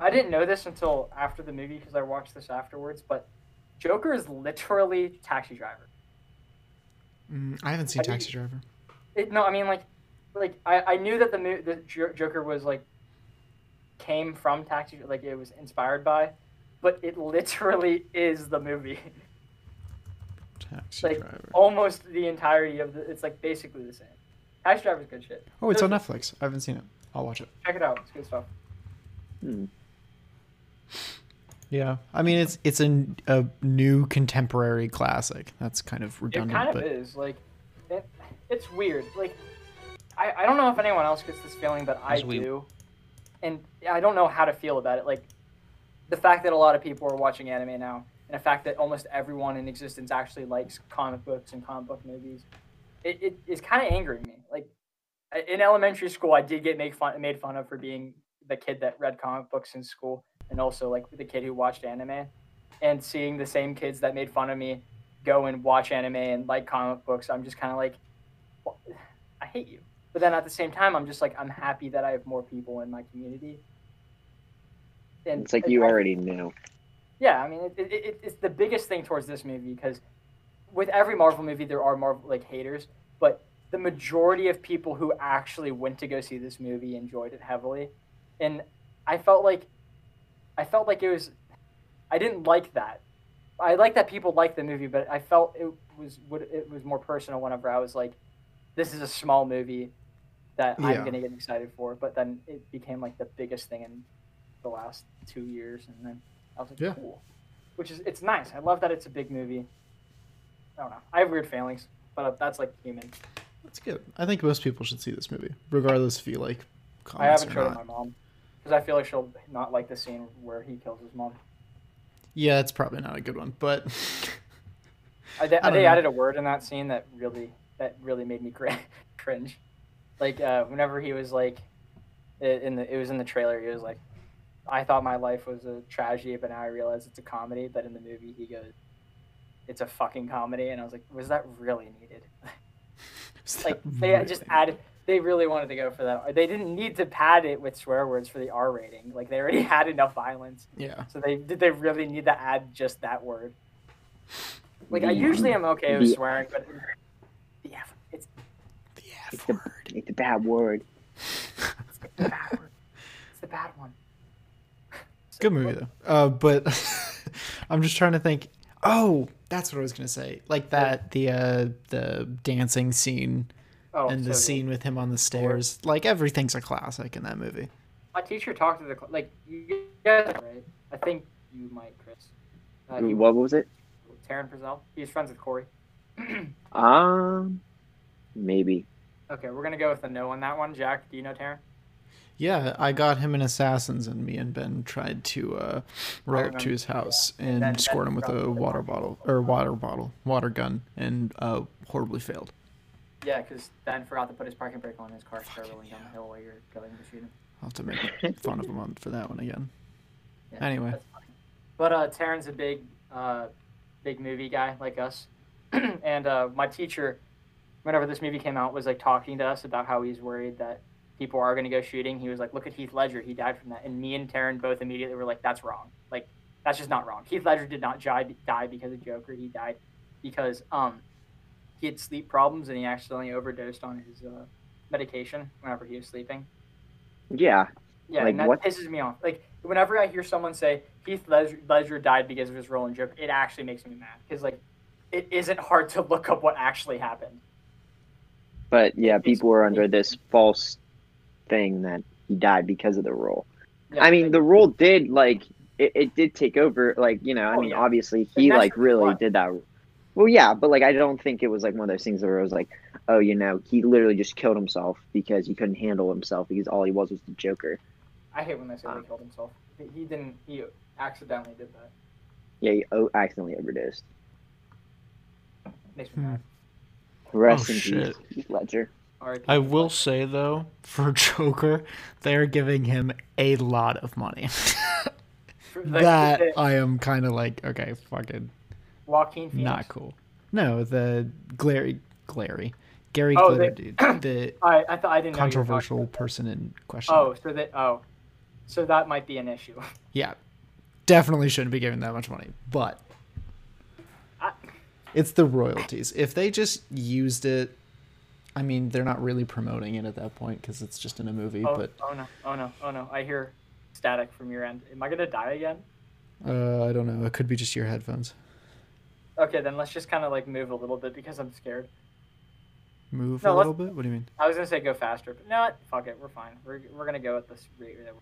I didn't know this until after the movie because I watched this afterwards. But Joker is literally Taxi Driver.
Mm, I haven't seen
Have you-
Taxi Driver.
It, no, I mean like, like I, I knew that the mo- the Jo- Joker was like came from Taxi, like it was inspired by, but it literally is the movie.
Taxi
like
Driver.
almost the entirety of the, it's like basically the same. Taxi Driver's good shit.
Oh, it's on
there's-
Netflix. I haven't seen it. I'll watch it.
Check it out, it's good stuff.
Hmm.
Yeah. I mean, it's it's a, n- a new contemporary classic. That's kind of
It
redundant,
kind of
but
is like, it, it's weird. Like, I, I don't know if anyone else gets this feeling, but I
As we-
do, and I don't know how to feel about it. Like, the fact that a lot of people are watching anime now, and the fact that almost everyone in existence actually likes comic books and comic book movies, it, it is kind of angering me. Like, I- in elementary school, I did get make fun made fun of for being the kid that read comic books in school, and also like the kid who watched anime, and seeing the same kids that made fun of me go and watch anime and like comic books, I'm just kind of like, "Wha- I hate you. But then at the same time, I'm just like, I'm happy that I have more people in my community. And
It's like you
I-
already knew.
yeah, I mean, it, it, it, it's the biggest thing towards this movie because with every Marvel movie, there are Marvel like haters, but the majority of people who actually went to go see this movie enjoyed it heavily, and I felt like, I felt like it was, I didn't like that. I like that people liked the movie, but I felt it was would it was more personal whenever I was like, this is a small movie that I'm
Yeah.
gonna get excited for, but then it became like the biggest thing in the last two years, and then I was like,
Yeah.
cool, which is it's nice. I love that it's a big movie, I don't know. I have weird failings, but that's like human.
That's good. I think most people should see this movie, regardless if you like
I
comics
haven't
or
showed it
not.
to my mom because I feel like she'll not like the scene where he kills his mom.
Yeah, it's probably not a good one, but
I, they,
I don't
they
know.
added a word in that scene that really that really made me cr- cringe. Like uh, whenever he was like, i- in the it was in the trailer. He was like, "I thought my life was a tragedy, but now I realize it's a comedy." But in the movie, he goes, "It's a fucking comedy," and I was like, "Was that really needed?"
Is
Like
that
they just
really-
added. They really wanted to go for that. They didn't need to pad it with swear words for the R rating. Like they already had enough violence.
Yeah,
So they did they really need to add just that word? Like I
Mm-hmm.
The-
usually am okay with
the-
swearing, but yeah, it's
the
It's
F
the-
word.
It's a bad word.
the bad word. It's the bad one.
Good movie though. Uh, but I'm just trying to think. Oh, that's what I was gonna say. Like that the uh, the dancing scene
Oh,
and the
so
scene with him on the stairs. Like everything's a classic in that movie.
My teacher talked to the cl- like you guys, right? I think you might, Chris. Uh, he was
What was it?
Taryn Frizzell. He's friends with Corey.
Um, maybe.
Okay, we're gonna go with a no on that one. Jack, do you know Taryn?
Yeah, I got him in Assassins, and me and Ben tried to uh, roll up
remember,
to his house and
that-
squirt him with
that's
a
probably-
water bottle or water bottle, water gun, and uh, horribly failed.
Yeah, because Ben forgot to put his parking brake on his car, started rolling down
yeah.
the hill while you're going to shoot him.
I'll have to make fun of him on for that one again.
Yeah,
Anyway.
that's fine. But uh, Taryn's a big, uh, big movie guy like us, and uh, my teacher, whenever this movie came out, was like talking to us about how he's worried that people are going to go shooting. He was like, "Look at Heath Ledger; he died from that." And me and Taryn both immediately were like, "That's wrong. Like, that's just not wrong. Heath Ledger did not ji- die because of Joker. He died because um, he had sleep problems and he accidentally overdosed on his uh, medication whenever he was sleeping."
Yeah.
Yeah,
Like,
and that
what-
pisses me off. Like whenever I hear someone say Heath Ledger, Ledger died because of his role in Joker, it actually makes me mad because like it isn't hard to look up what actually happened.
But yeah,
It's-
people were under this false thing that he died because of the role.
Yeah,
I mean,
like,
the role did like it, it did take over. Like you know, I
Oh,
mean,
yeah.
obviously
They
he
messed
like
with his
really
life.
did that. Well, yeah, but like I don't think it was like one of those things where it was like, oh, you know, he literally just killed himself because he couldn't handle himself because all he was was the Joker.
I hate when they say
uh,
he killed himself. He- He didn't. He accidentally did that.
Yeah, he o- accidentally overdosed.
Makes me
Hmm.
mad.
Rest
Oh,
in
shit.
peace, Heath Ledger.
R.I.P.
I will say though, for Joker, they're giving him a lot of money.
For- like,
that uh,
the-
I am kind of like, okay, fucking
Joaquin Phoenix.
not cool. No, the Glary, Glary, Gary
Oh,
Glitter
they-
dude, the
I I thought I didn't know you were talking
controversial
about that.
person in question.
Oh, so that oh, so that might be an issue.
yeah, definitely shouldn't be given that much money, but
I-
it's the royalties. If they just used it, I mean, they're not really promoting it at that point because it's just in a movie.
Oh,
but
oh no! Oh no! Oh no! I hear static from your end. Am I gonna die again?
uh, I don't know. It could be just your headphones.
Okay, then let's just kind of like move a little bit because I'm scared.
Move
No,
a
let's-
little bit. What do you mean?
I was gonna say go faster, but no, fuck it, we're fine. We're, we're gonna go at this rate. that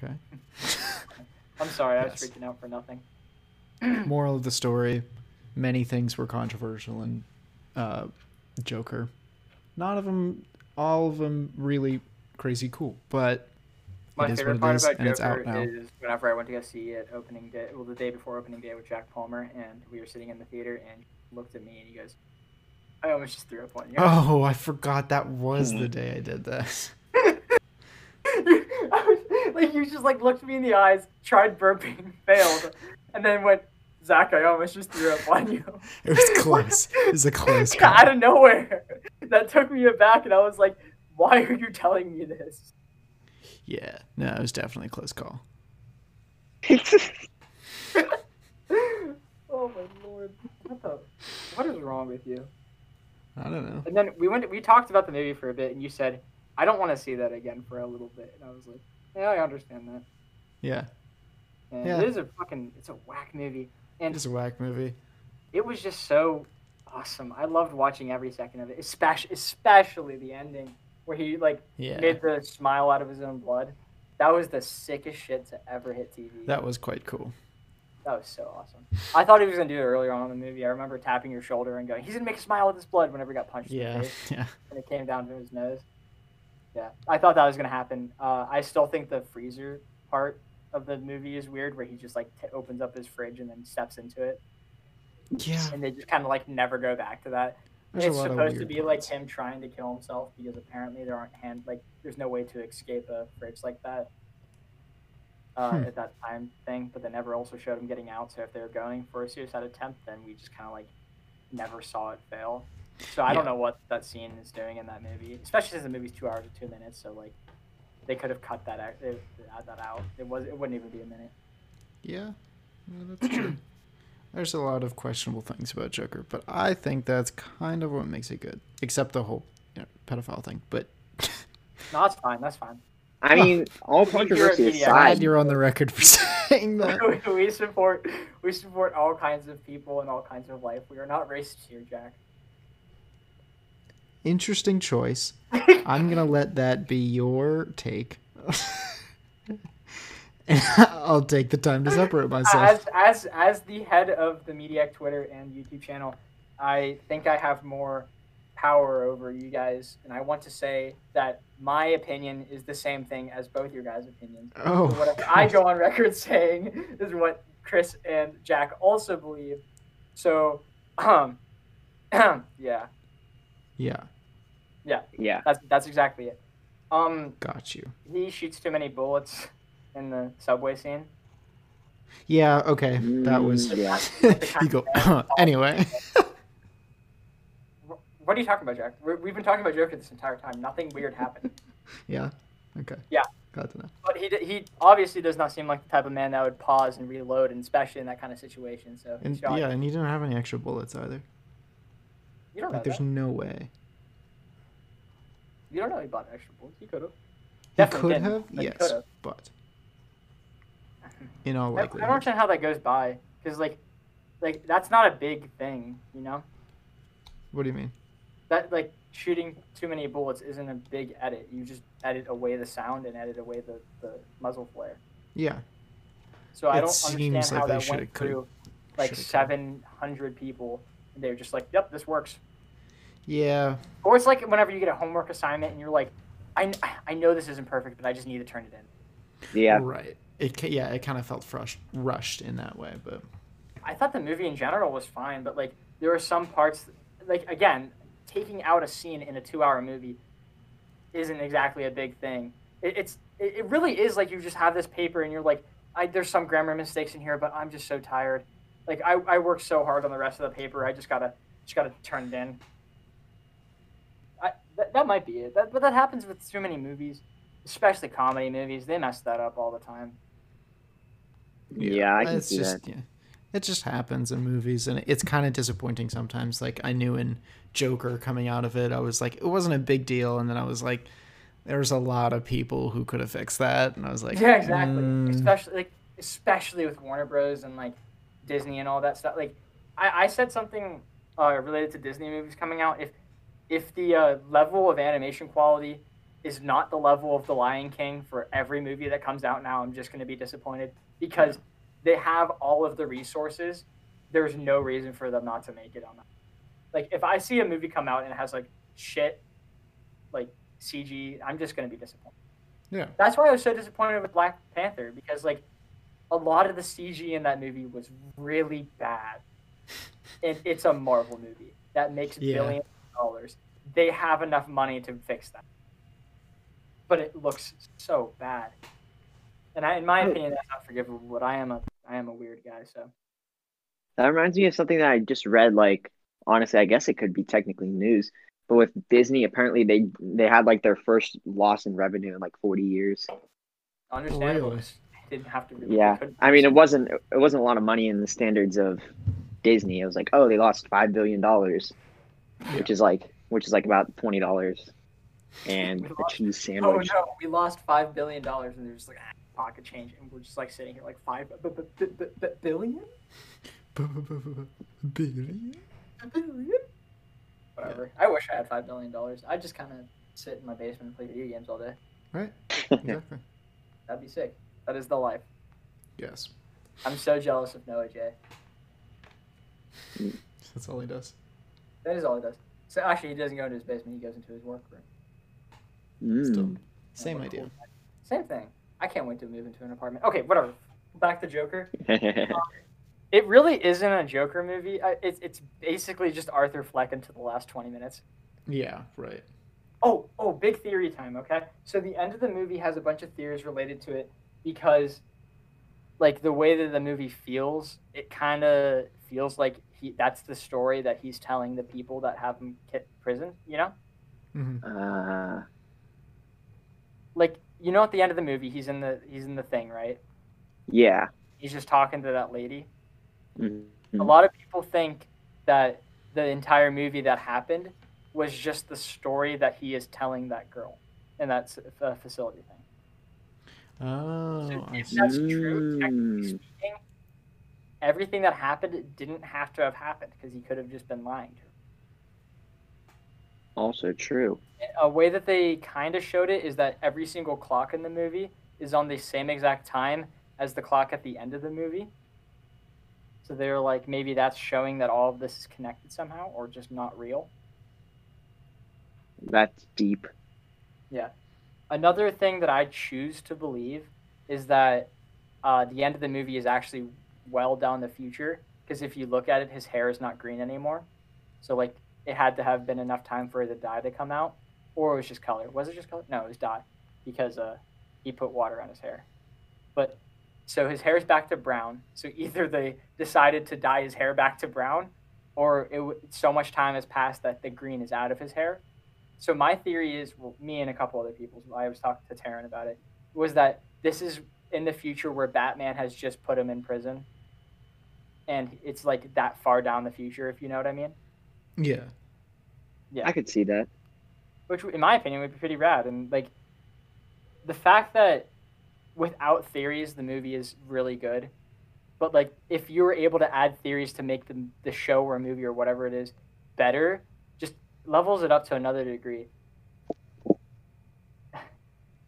we're-
Okay.
I'm sorry, I was
Yes.
freaking out for nothing.
moral of the story many things were controversial in uh, joker none of them all of them really crazy cool but
My
It is what
favorite
it
part
is,
about
and it's out
Joker
now.
is whenever I went to go see it opening day, well, the day before opening day with Jack Palmer, and we were sitting in the theater and he looked at me and he goes, "I almost just threw up on you."
oh i forgot that was the day i did that
I was- like you just like looked me in the eyes, tried burping, failed, and then went, "Zach, I almost just threw up on you."
it was close it was a close
Yeah,
call.
out of nowhere. That took me aback, and I was like, "Why are you telling me this?"
yeah no it was definitely a close call
oh my lord, what the? What is wrong with you?
i don't know
And then we went. We talked about the movie for a bit, and you said, "I don't want to see that again for a little bit." And I was like, "Yeah, I understand that."
yeah
And
Yeah.
It is a fucking. It's a whack movie,
it
and
was a whack movie
it was just so awesome. I loved watching every second of it, especially especially the ending where he like
yeah
made the smile out of his own blood. That was the sickest shit to ever hit TV.
that was quite cool
That was so awesome. I thought he was gonna do it earlier on in the movie. I remember tapping your shoulder and going, "He's gonna make a smile with his blood." Whenever he got punched in
Yeah,
the face,
yeah.
and it came down from his nose. Yeah, I thought that was gonna happen. Uh, I still think the freezer part of the movie is weird, where he just like t- opens up his fridge and then steps into it,
Yeah.
and they just kind of like never go back to that.
There's a
it's
lot of
supposed to
weird
be
parts.
like him trying to kill himself because apparently there aren't hand like there's no way to escape a fridge like that uh,
Hmm.
at that time thing. But they never also showed him getting out. So if they were going for a suicide attempt, then we just kind of like never saw it fail. So I don't
Yeah.
know what that scene is doing in that movie, especially since the movie's two hours and two minutes. So like they could have cut that out, they- they add that out. It was it wouldn't even be a minute.
Yeah, yeah, that's true. There's a lot of questionable things about Joker, but I think that's kind of what makes it good, except the whole you know, pedophile thing. But
No, that's fine. That's fine.
I mean, all controversy
You're a PDA.
glad
aside,
you're on the record for saying that.
we support we support all kinds of people and all kinds of life. We are not racist here, Jack.
Interesting choice. I'm gonna let that be your take. and I'll take the time to separate myself.
As as as the head of the Mediac Twitter and YouTube channel, I think I have more power over you guys, and I want to say that my opinion is the same thing as both your guys' opinions.
Oh,
So what I
God.
go on record saying is what Chris and Jack also believe. So, um, yeah,
yeah,
yeah,
that's that's exactly it. Um,
got you.
he shoots too many bullets in the subway scene.
Yeah, okay, that was.
Mm, yeah.
you go. anyway,
Wh- What are you talking about, Jack? We're, we've been talking about Joker this entire time. Nothing weird happened.
yeah, okay.
Yeah.
Glad to know.
But he d- he obviously does not seem like the type of man that would pause and reload, and especially in that kind of situation. So he
And
shot-
yeah, and he didn't have any extra bullets either.
you don't know.
Like, there's
that.
no way.
You don't know he bought extra bullets. He could have.
He
Definitely
could
didn't,
have,
but he
yes,
could've.
but in
I,
all
I don't
likelihood,
understand how that goes by, because like, like that's not a big thing, you know.
what do you mean?
That like shooting too many bullets isn't a big edit. You just edit away the sound and edit away the, the muzzle flare.
Yeah,
So I
It
don't
seems
understand
like
how
they
that
shoulda
went
coulda-
through like
shoulda coulda.
700 people. And they were just like, yep, this works.
yeah,
Or it's like whenever you get a homework assignment and you're like, I, I know this isn't perfect, but I just need to turn it in.
yeah.
right. It ca- yeah, it kind of felt frushed, rushed in that way, but
I thought the movie in general was fine, but like there were some parts, like again, taking out a scene in a two hour movie isn't exactly a big thing. It, it's it, it really is like you just have this paper and you're like, I, there's some grammar mistakes in here, but I'm just so tired. Like I, I worked so hard on the rest of the paper, I just gotta just gotta turn it in. I, that, that might be it, that, but that happens with too many movies, especially comedy movies. They mess that up all the time.
Yeah, I can
it's
see
just yeah, it just happens in movies, and it's kind of disappointing sometimes. Like I knew in Joker coming out of it, I was like, it wasn't a big deal, and then I was like, there's a lot of people who could have fixed that, and I was like,
yeah exactly
mm,
especially like especially with warner bros and like disney and all that stuff like i, I said something uh, related to disney movies coming out if if the uh, level of animation quality is not the level of the lion king for every movie that comes out now i'm just going to be disappointed because they have all of the resources there's no reason for them not to make it on that like if i see a movie come out and it has like shit like cg i'm just going to be disappointed
yeah,
that's why I was so disappointed with Black Panther because like a lot of the CG in that movie was really bad. And it's a Marvel movie that makes
Yeah.
billions of dollars. They have enough money to fix that. But it looks so bad. And I, in my
Oh.
opinion, that's not forgivable. But I am a, I am a weird guy. So
That reminds me of something that I just read. Like, honestly, I guess it could be technically news, but with Disney, apparently they they had like their first loss in revenue in like forty years.
understandable.
Really?
I didn't have to. Really,
Yeah,
couldn't-
I mean, it wasn't it wasn't a lot of money in the standards of Disney. It was like, oh, they lost five billion dollars, which is like which is like about twenty dollars, and
We
a
lost-
cheese
Oh
sandwich.
no, we lost five billion dollars, and they're just like "Ah, pocket change, and we're just like sitting here like five b- b- b- b- b- billion.
Billy?
Whatever. I wish I had five million dollars. I'd just kind of sit in my basement and play video games all day.
right, exactly.
That'd be sick. That is the life.
Yes.
I'm so jealous of Noah J.
That's all he does.
That is all he does. So actually, he doesn't go into his basement. He goes into his workroom.
Still,
Hmm.
Mm.
same
Cool.
idea.
Same thing. I can't wait to move into an apartment. Okay, whatever. Back to Joker.
Mm.
It really isn't a Joker movie. I, it's it's basically just Arthur Fleck until the last twenty minutes.
Yeah, right.
Oh, oh, big theory time, okay? So the end of the movie has a bunch of theories related to it because like the way that the movie feels, it kind of feels like he that's the story that he's telling the people that have him hit prison, you know?
hmm
uh,
Like you know at the end of the movie, he's in the he's in the thing, right?
yeah.
He's just talking to that lady.
Mm.
A
Mhm.
lot of people think that the entire movie that happened was just the story that he is telling that girl in that s- uh, facility thing.
Oh,
So
I
if
see.
that's true, technically
Mm.
speaking, everything that happened didn't have to have happened because he could have just been lying to her.
Also true.
A way that they kind of showed it is that every single clock in the movie is on the same exact time as the clock at the end of the movie. So they're like, maybe that's showing that all of this is connected somehow or just not real.
That's deep.
another thing that I choose to believe is that uh, the end of the movie is actually well down the future because if you look at it, his hair is not green anymore. So like it had to have been enough time for the dye to come out, or it was just color. Was it just color? No, it was dye because uh, he put water on his hair. But so his hair is back to brown. So either they decided to dye his hair back to brown, or it w- so much time has passed that the green is out of his hair so my theory is well, me and a couple other people i was talking to taryn about it was that this is in the future where batman has just put him in prison and it's like that far down the future if you know what i mean
Yeah.
Yeah.
I could see that.
which in my opinion would be pretty rad and like the fact that without theories the movie is really good but like if you were able to add theories to make the, the show or movie or whatever it is better just levels it up to another degree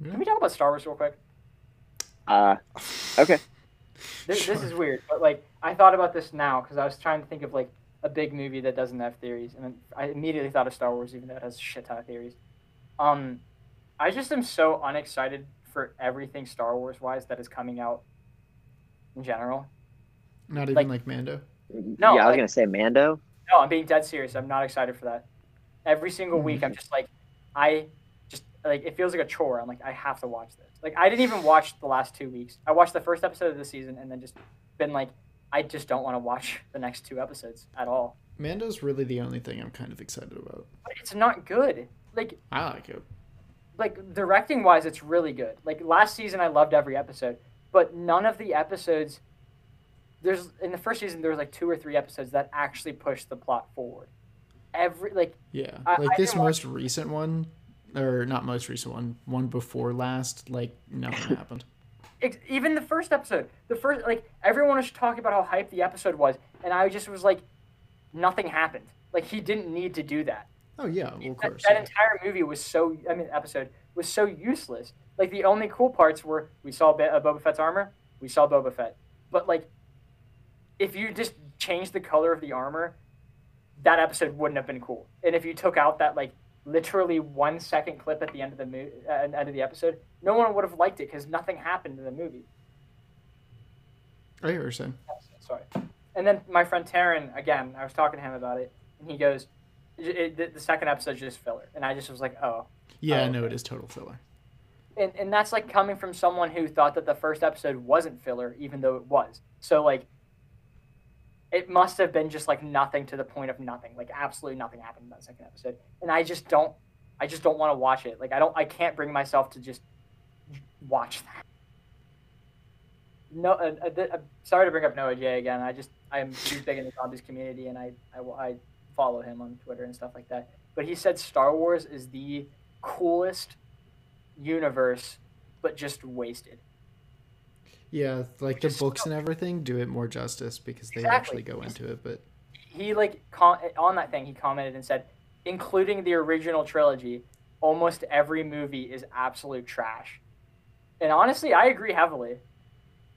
Yeah.
can we talk about star wars real quick
Uh, Okay.
this, this
Sure.
is weird, but like I thought about this now because I was trying to think of like a big movie that doesn't have theories, and then I immediately thought of Star Wars, even though it has a shit ton of theories. Um, I just am so unexcited for everything Star Wars wise that is coming out in general.
Not even
Like-
like, Mando.
No,
yeah, I was
like-
gonna say Mando.
No, I'm being dead serious. I'm not excited for that. Every single week, I'm just like, I just like it feels like a chore. I'm like, I have to watch this. Like, I didn't even watch the last two weeks. I watched the first episode of the season and then just been like, I just don't want to watch the next two episodes at all.
Mando's really the only thing I'm kind of excited about.
But it's not good. Like,
I like it.
like directing wise, it's really good. Like last season, I loved every episode, but none of the episodes. There's in the first season there was like two or three episodes that actually pushed the plot forward. Every like
Yeah.
I-
like
I
this
didn't
most recent one, or not most recent one, one before last, like nothing happened.
ex- even the first episode, the first like everyone was talking about how hype the episode was, and I just was like, nothing happened. Like he didn't need to do that.
Oh, yeah. Well, of
That-
course.
that,
yeah.
entire movie was so I mean episode was so useless. Like the only cool parts were we saw Ba- uh, Boba Fett's armor, we saw Boba Fett, but like if you just changed the color of the armor, that episode wouldn't have been cool. And if you took out that like literally one second clip at the end of the mo- uh, end of the episode, no one would have liked it because nothing happened in the movie.
I hear what you're saying.
episode, Sorry. And then my friend Taryn, again, I was talking to him about it, and he goes, "It- it- the- "The second episode's just filler," and I just was like, "Oh."
Yeah,
Oh,
no,
okay.
it is total filler.
And and that's like coming from someone who thought that the first episode wasn't filler, even though it was. So like, it must have been just like nothing to the point of nothing. Like absolutely nothing happened in that second episode, and I just don't, I just don't want to watch it. Like I don't, I can't bring myself to just watch that. No, uh, uh, th- uh, sorry to bring up Noah J again. I just I'm too big in the zombies community, and I, I wa- I follow him on Twitter and stuff like that. But he said Star Wars is the coolest universe, but just wasted.
Yeah, like the
Just-
books and everything do it more justice because they
Exactly.
actually go into it. But
He like com- on that thing he commented and said, including the original trilogy, almost every movie is absolute trash. And honestly, I agree heavily.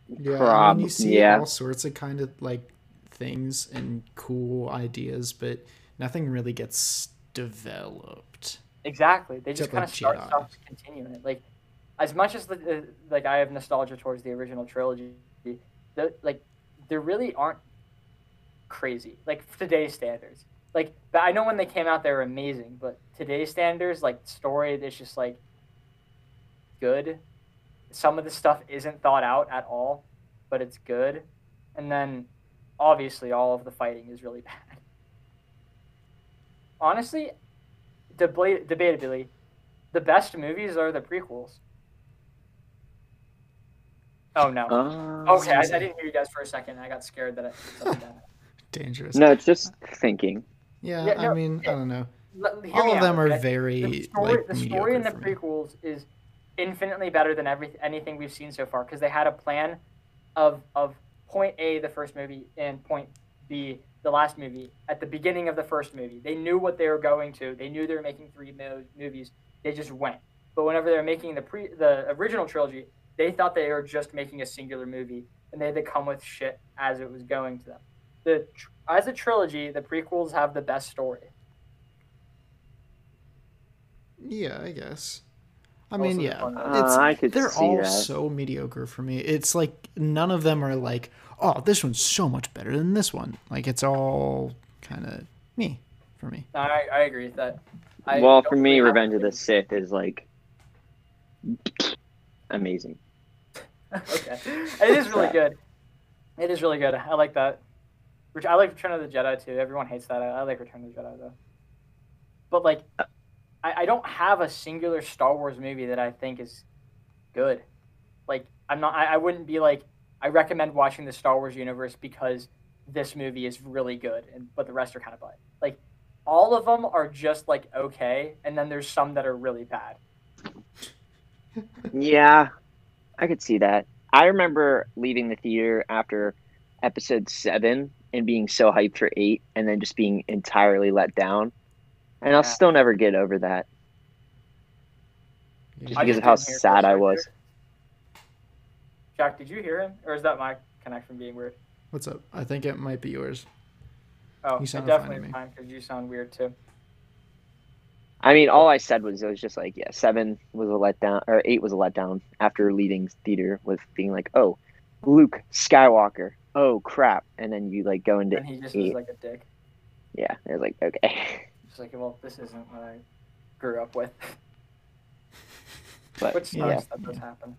Yeah,
Prob-
and you see
yeah.
all sorts of kind of like things and cool ideas, but nothing really gets developed.
Exactly. They just
Except,
kind
like,
of start
Jedi.
stuff and continue it. Like, as much as the, the, like I have nostalgia towards the original trilogy, the, like there really aren't crazy like today's standards. Like but I know when they came out they were amazing, but today's standards like story that's just like good. Some of the stuff isn't thought out at all, but it's good. And then obviously all of the fighting is really bad. Honestly, debla- debatably, the best movies are the prequels. Oh no.
Uh,
okay, I, I
Oh.
didn't hear you guys for a second. I got scared that I. something bad.
Dangerous.
No, it's just thinking.
Yeah,
Yeah,
I
no,
mean, I don't know.
Let- hear
All
me
of
out,
them are
okay?
very
The story,
like
the story in the
mediocre for me.
prequels is infinitely better than every anything we've seen so far because they had a plan of of point A the first movie and point B the last movie at the beginning of the first movie. They knew what they were going to. They knew they were making three mo- movies. They just went. But whenever they were making the pre the original trilogy, they thought they were just making a singular movie and they had to come with shit as it was going to them. The tr- as a trilogy, the prequels have the best story.
Yeah, I guess. I
Also
mean,
the
yeah,
fun-
it's,
Uh, I could
they're
see
all
that.
so mediocre for me. It's like none of them are like, oh, this one's so much better than this one. Like it's all kind of me for me.
No, I, I agree with that. I
well,
don't
for me,
really have
Revenge of the
anything-
Sith is like amazing.
okay, it is really good. It is really good. I like that. Ret- I like Return of the Jedi too. Everyone hates that. I, I like Return of the Jedi though. But like,
Uh.
I, I don't have a singular Star Wars movie that I think is good. Like, I'm not. I, I wouldn't be like. I recommend watching the Star Wars universe because this movie is really good, and but the rest are kind of butt. Like, all of them are just like okay, and then there's some that are really bad.
Yeah, I could see that. I remember leaving the theater after episode seven and being so hyped for eight, and then just being entirely let down. And
Yeah.
I'll still never get over that just
I
because
just
of how
didn't hear
sad
Chris
I
right
was.
Jack, did you hear him, or is that my connection being weird?
What's up? I think it might be yours.
Oh,
You
it
sound fine
definitely
to
is
me.
mine because you sound weird too.
I mean, all I said was it was just like, yeah, seven was a letdown, or eight was a letdown after leaving theater with being like, oh, Luke Skywalker, oh crap, and then you like go into
And he just was
eight.
like a dick.
Yeah, it was like okay,
Just like, well, this isn't what I grew up with.
but
Which sucks
yeah,
that does happen.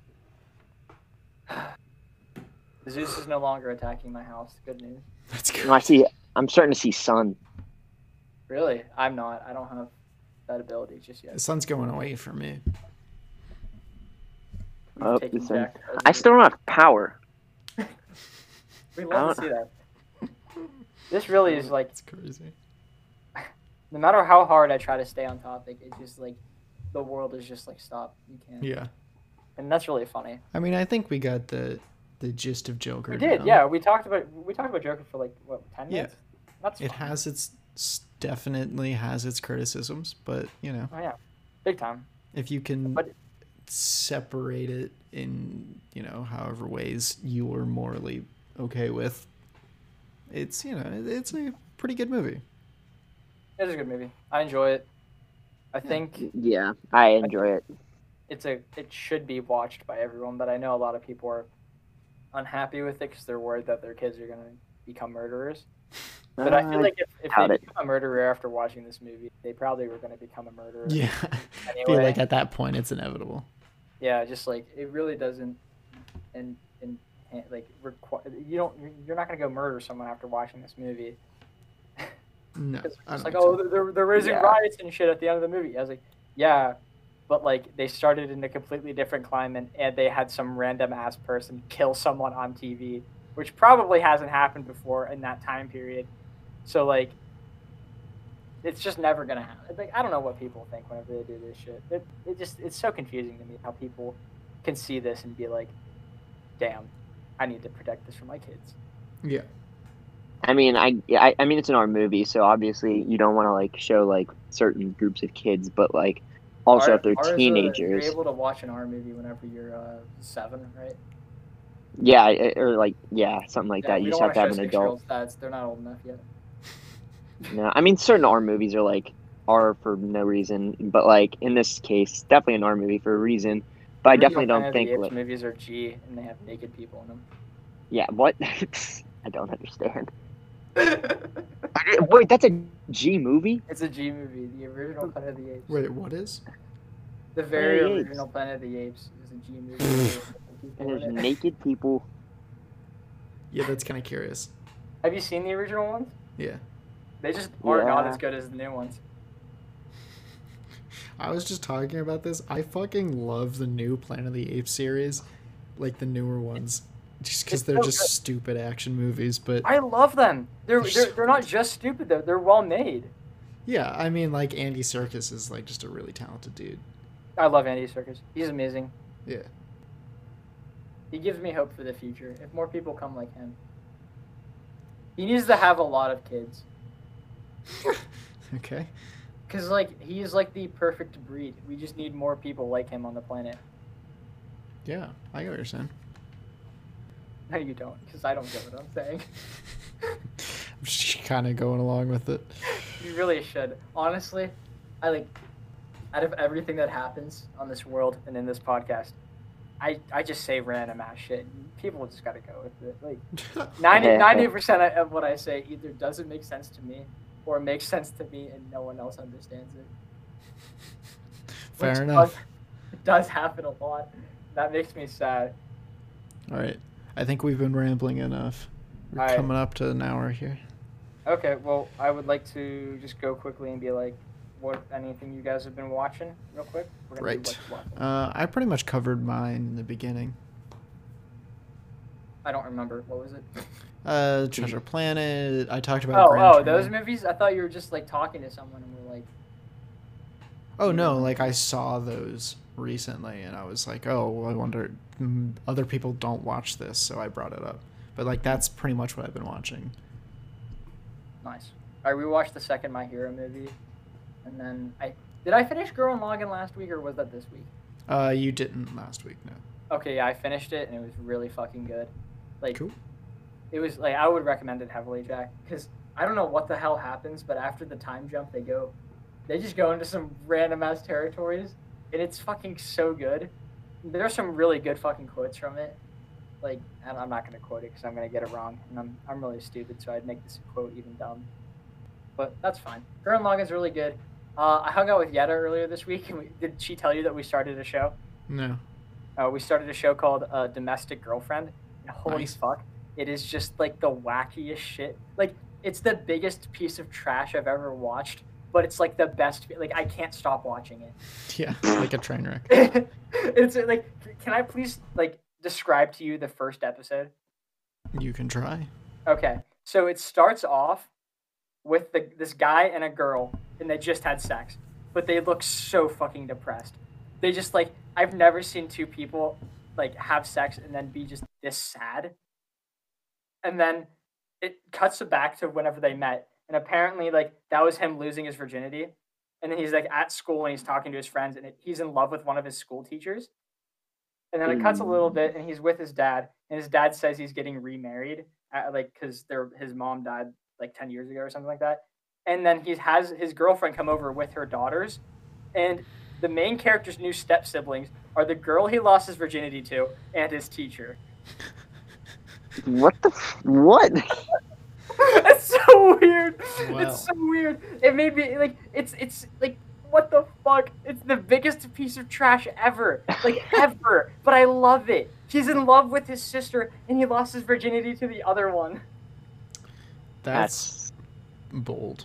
Zeus is no longer attacking my house. Good news.
That's
No, I
good.
see. I'm starting to see sun.
Really, I'm not. I don't have that ability just
The
yet.
sun's going away for me.
We've
Oh,
taken
the sun.
back our
I
lead.
still don't have power.
We
I
love to
don't-
see that. This really is like
It's crazy.
no matter how hard I try to stay on topic, it's just like the world is just like stop. You can't,
Yeah.
and that's really funny.
I mean, I think we got the the gist of Joker.
We did,
down.
yeah. We talked about we talked about Joker for like what ten
Yeah.
minutes. That's
It
fine.
has its definitely has its criticisms, but you know,
Oh yeah, big time.
if you can
But-
separate it in you know however ways you are morally okay with, it's you know it- it's a pretty good movie.
It is a good movie. I enjoy it. I think
Yeah, I enjoy it.
it's a it should be watched by everyone, but I know a lot of people are unhappy with it because they're worried that their kids are gonna become murderers. But I feel
Uh,
like if, if
doubt
they
it.
become a murderer after watching this movie, they probably were gonna become a murderer.
Yeah, I feel
Anyway.
like at that point it's inevitable.
yeah just like it really doesn't and and like require you don't you're not gonna go murder someone after watching this movie
No,
it's
I don't
like
think
oh
so.
they're- they're, they're raising
Yeah.
riots and shit at the end of the movie i was like yeah but like they started in a completely different climate and they had some random ass person kill someone on tv which probably hasn't happened before in that time period so like it's just never gonna happen. Like I don't know what people think whenever they do this shit. It, it just it's so confusing to me how people can see this and be like, "Damn, I need to protect this for my kids."
yeah,
I mean, I, yeah, I, I mean, it's an R movie, so obviously you don't want to like show like certain groups of kids, but like also
R-
if they're
R is a-
teenagers,
you're able to watch an R movie whenever you're uh, seven, right?
Yeah, I- I- or like yeah, something like
Yeah,
that.
we
You
don't wanna
just have to have
show
an adult.
six-year-olds That's, they're not old enough yet.
No, I mean certain R movies are like R for no reason, but like in this case, definitely an R movie for a reason. But I
Original
definitely don't
Planet of the
think
Apes
like
movies are G and they have naked people in them.
yeah, what? I don't understand. I didn't- Wait, that's a G movie?
It's a G movie. The original Planet of the Apes.
Wait, what is?
The very
Planet of the Apes.
original Planet of the Apes is a G movie. with
And
people
there's
in it.
naked people.
Yeah, that's kind of curious.
Have you seen the original ones?
Yeah.
They just are not
Yeah.
as good as the new ones.
I was just talking about this. I fucking love the new Planet of the Apes series, like the newer ones, just because
It's
they're
so
just
good.
stupid action movies. But
I love them. They're
They're
they're,
so
they're not
good.
just stupid though. They're well made.
yeah, I mean, like Andy Serkis is like just a really talented dude.
I love Andy Serkis. He's amazing.
Yeah,
He gives me hope for the future. If more people come like him, he needs to have a lot of kids.
okay.
Cause like he is like the perfect breed. We just need more people like him on the planet.
Yeah, I get what you're saying.
No, you don't, because I don't get what I'm saying.
I'm just kind of going along with it.
you really should. Honestly, I like out of everything that happens on this world and in this podcast, I I just say random ass shit. People just gotta go with it. Like 90
Yeah.
percent of what I say either doesn't make sense to me or makes sense to me and no one else understands it.
Fair
which
enough.
Does, it does happen a lot. That makes me sad.
All right, I think we've been rambling enough. We're
All right.
coming up to an hour here.
Okay, well, I would like to just go quickly and be like, what anything you guys have been watching, real quick. We're do
Right.
what's watching.
Uh, I pretty much covered mine in the beginning.
I don't remember what was it.
Uh, Treasure Planet. I talked about.
Mm. Oh,
Gran
oh,
Torino.
those movies. I thought you were just like talking to someone and we're like,
Oh
you
no,
know?
like I saw those recently and I was like, "Oh, well, I wonder mm, other people don't watch this," so I brought it up. But like that's pretty much what I've been watching.
nice. I rewatched the second My Hero movie, and then I did I finish Girl and Logan last week or was that this week?
Uh you didn't last week, no.
Okay, yeah, I finished it and it was really fucking good. Like,
Cool.
it was like I would recommend it heavily, Jack, because I don't know what the hell happens, but after the time jump, they go, they just go into some random ass territories, and it's fucking so good. There's some really good fucking quotes from it. Like, and I'm not gonna quote it because I'm gonna get it wrong, and I'm I'm really stupid, so I'd make this quote even dumb. But that's fine. Gurren Lagan's really good. Uh, I hung out with Yetta earlier this week, and we, did she tell you that we started a show?
No.
Uh, we started a show called uh, Domestic Girlfriend. And holy
Nice.
fuck, it is just like the wackiest shit. Like it's the biggest piece of trash I've ever watched, but it's like the best. Like I can't stop watching it.
Yeah, like a train wreck.
it's uh, like, can I please like describe to you the first episode?
You can try.
Okay, so it starts off with the, this guy and a girl, and they just had sex, but they look so fucking depressed. They just like I've never seen two people like have sex and then be just this sad. And then it cuts back to whenever they met, and apparently like that was him losing his virginity, and then he's like at school and he's talking to his friends, and it, he's in love with one of his school teachers. And then it cuts a little bit, and he's with his dad, and his dad says he's getting remarried, uh like because their his mom died like ten years ago or something like that. And then he has his girlfriend come over with her daughters, and the main character's new step siblings are the girl he lost his virginity to and his teacher.
What the? F- what?
it's so weird.
Wow.
It's so weird. It made me like it's it's like what the fuck? It's the biggest piece of trash ever. Like ever. But I love it. He's in love with his sister and he lost his virginity to the other one.
That's, bold.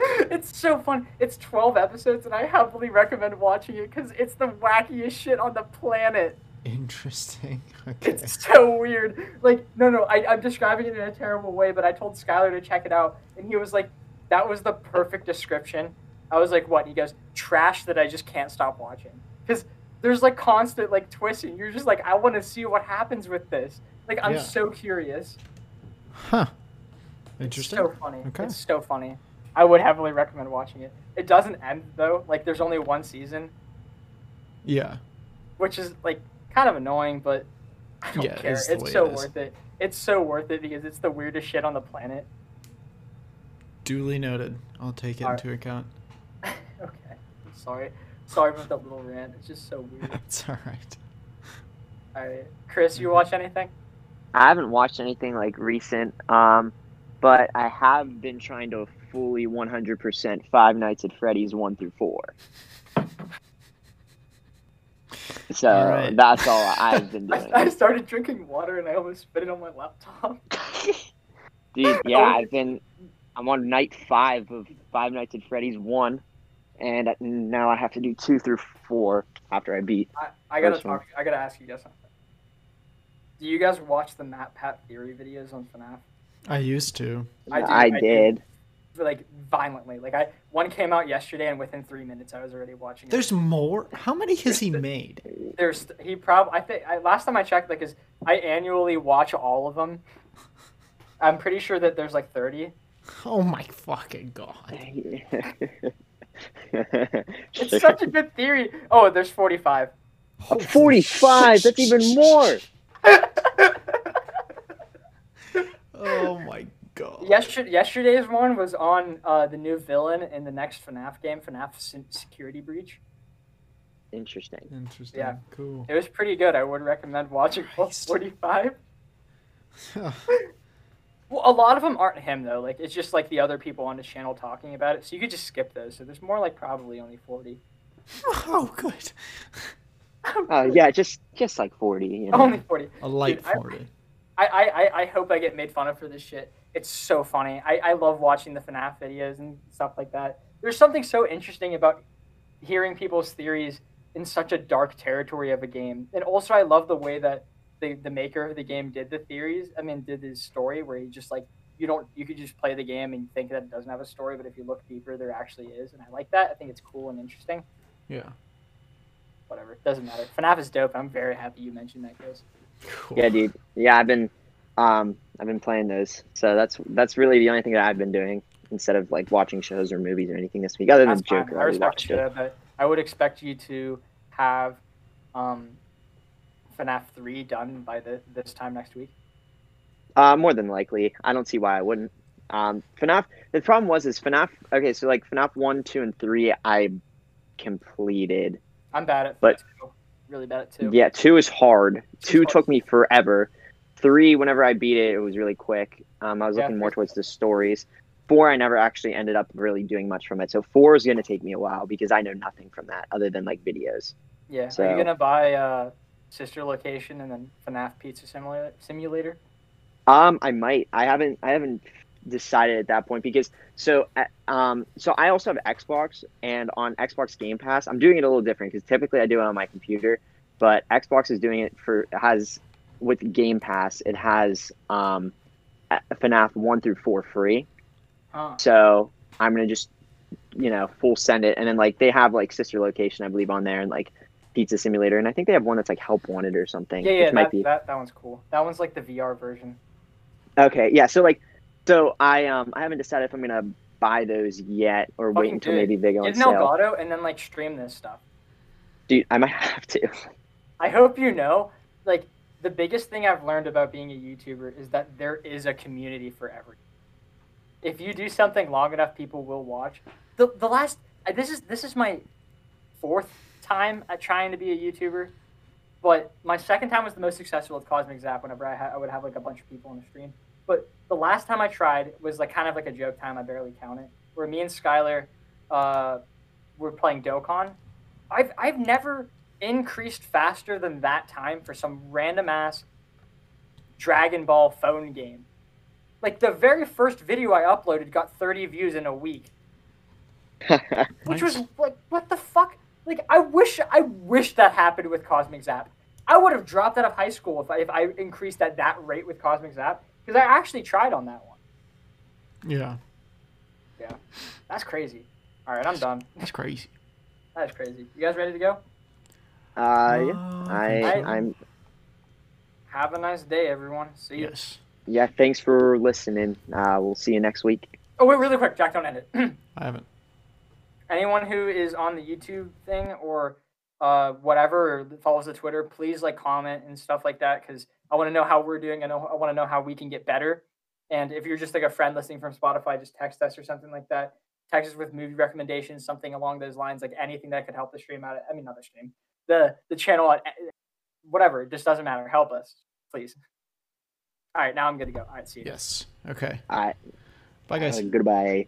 It's so fun. It's 12 episodes and I heavily recommend watching it cuz it's the wackiest shit on the planet.
Interesting. Okay.
It's so weird. Like, no, no, I, I'm describing it in a terrible way, but I told Skylar to check it out, and he was like, that was the perfect description. I was like, what? And he goes, trash that I just can't stop watching. Because there's like constant like twists, and you're just like, I want to see what happens with this. Like, I'm
Yeah.
so curious.
Huh.
It's
Interesting.
so funny.
Okay.
It's so funny. I would heavily recommend watching it. It doesn't end, though. Like, there's only one season,
Yeah.
which is like kind of annoying, but I don't
Yeah,
care.
it's
It's,
the way
so
it is.
worth it. It's so worth it because it's the weirdest shit on the planet.
Duly noted. I'll take it
Alright.
into account.
okay. I'm sorry. Sorry about that little rant. It's just so weird.
it's all right.
All right. Chris, you watch anything?
I haven't watched anything like recent, um, but I have been trying to fully 100% Five Nights at Freddy's one through four. So
All right.
that's all I've been
I,
doing.
I started drinking water and I almost spit it on my laptop.
Dude, yeah,
Oh.
I've been. I'm on night five of Five Nights at Freddy's one, and now I have to do two through four after I beat.
I, I gotta
First one.
talk. I gotta ask you guys something. Do you guys watch the Matt Pat Theory videos on FNAF?
I used to.
I do,
I,
I do.
did.
Like violently. Like I one came out yesterday and within three minutes I was already watching it.
There's more. How many has he made?
There's he probably I think I, last time I checked like is I annually watch all of them. I'm pretty sure that there's like 30.
Oh my fucking god.
It's such a good theory. Oh, there's 45.
Holy
45.
shit.
Oh, That's even more.
Oh my god.
Yesterday, yesterday's one was on uh, the new villain in the next FNAF game, FNAF Se- Security Breach.
Interesting.
Interesting.
Yeah.
Cool.
It was pretty good. I would recommend watching all
Christ.
45. Well, a lot of them aren't him though. Like it's just like the other people on his channel talking about it. So you could just skip those. So there's more like probably only 40.
oh good.
Oh yeah, just just like 40. You know?
only 40.
A light
I-
for it.
I, I, I- I hope I get made fun of for this shit. It's so funny. I, I love watching the FNAF videos and stuff like that. There's something so interesting about hearing people's theories in such a dark territory of a game. And also, I love the way that the, the maker of the game did the theories. I mean, did his story where he just like, you don't, you could just play the game and think that it doesn't have a story, but if you look deeper, there actually is. And I like that. I think it's cool and interesting.
Yeah.
Whatever. It doesn't matter. FNAF is dope. I'm very happy you mentioned that, Chris.
Cool.
Yeah, dude. Yeah, I've been um I've been playing those. So that's that's really the only thing that I've been doing instead of like watching shows or movies or anything this week. Other than
That's fine. I
Joker, I already
respect
watched
you,
it.
for that, but I would expect you to have um, FNAF 3 done by the, this time next week.
Uh, more than likely, I don't see why I wouldn't. Um, FNAF. The problem was is FNAF. Okay, so like FNAF one, two, and three, I completed.
I'm bad at
But-
two. Really bad at 2.
Yeah, two is hard.
Two's
Two
hard.
took me forever. Three, whenever I beat it, it was really quick. Um, I was
Yeah,
looking more
three-
towards the stories. Four, I never actually ended up really doing much from it. So four is going to take me a while because I know nothing from that other than like videos.
Yeah. Are
So-
you going to buy uh, Sister Location and then FNAF Pizza Simulator? simulator?
Um, I might. I haven't. I haven't decided at that point because so uh, um so I also have Xbox and on Xbox Game Pass I'm doing it a little different because typically I do it on my computer, but Xbox is doing it for has with Game Pass it has um uh, FNAF one through four free.
Huh.
So I'm gonna just, you know, full send it, and then like they have like sister location, I believe, on there, and like Pizza Simulator, and I think they have one that's like Help Wanted or something.
Yeah, yeah,
which might
that,
be
that, that one's cool. That one's like the VR version.
okay. Yeah, so like, so I um I haven't decided if I'm gonna buy those yet or wait
Fucking
until
do it.
maybe they go on
Get an
sale.
Elgato and then like stream this stuff.
Dude, I might have to.
I hope you know, like, the biggest thing I've learned about being a YouTuber is that there is a community for everything. If you do something long enough, people will watch. The the last I- this is this is my fourth time at trying to be a YouTuber, but my second time was the most successful with Cosmic Zap. Whenever I, ha- I would have like a bunch of people on the stream, but the last time I tried was like kind of like a joke time. I barely count it. Where me and Skylar, uh, were playing Dokkan. I've I've never increased faster than that time for some random ass Dragon Ball phone game. Like the very first video I uploaded got 30 views in a week,
Uh,
which was like what the fuck? Like I wish I wish that happened with Cosmic Zap. I would have dropped out of high school if I, if I increased at that rate with Cosmic Zap because I actually tried on that one.
Yeah.
That's crazy. All right, I'm done.
That's crazy.
That is crazy. You guys ready to go?
Uh, yeah.
Uh,
I
think so.
I'm
Have a nice day, everyone. See you.
Yes.
yeah. Thanks for listening. Uh, we'll see you next week.
Oh wait, really quick, Jack, don't end it.
I haven't.
anyone who is on the YouTube thing or uh, whatever follows the Twitter, please like comment and stuff like that because I want to know how we're doing. I know I want to know how we can get better. And if you're just like a friend listening from Spotify, just text us or something like that. Text us with movie recommendations, something along those lines, like anything that could help the stream out. I mean, not the stream, the the channel, at, whatever. It just doesn't matter. Help us, please. All right, now I'm good to go. All right, see you.
Yes. Okay.
All right.
Bye, guys.
Uh, goodbye.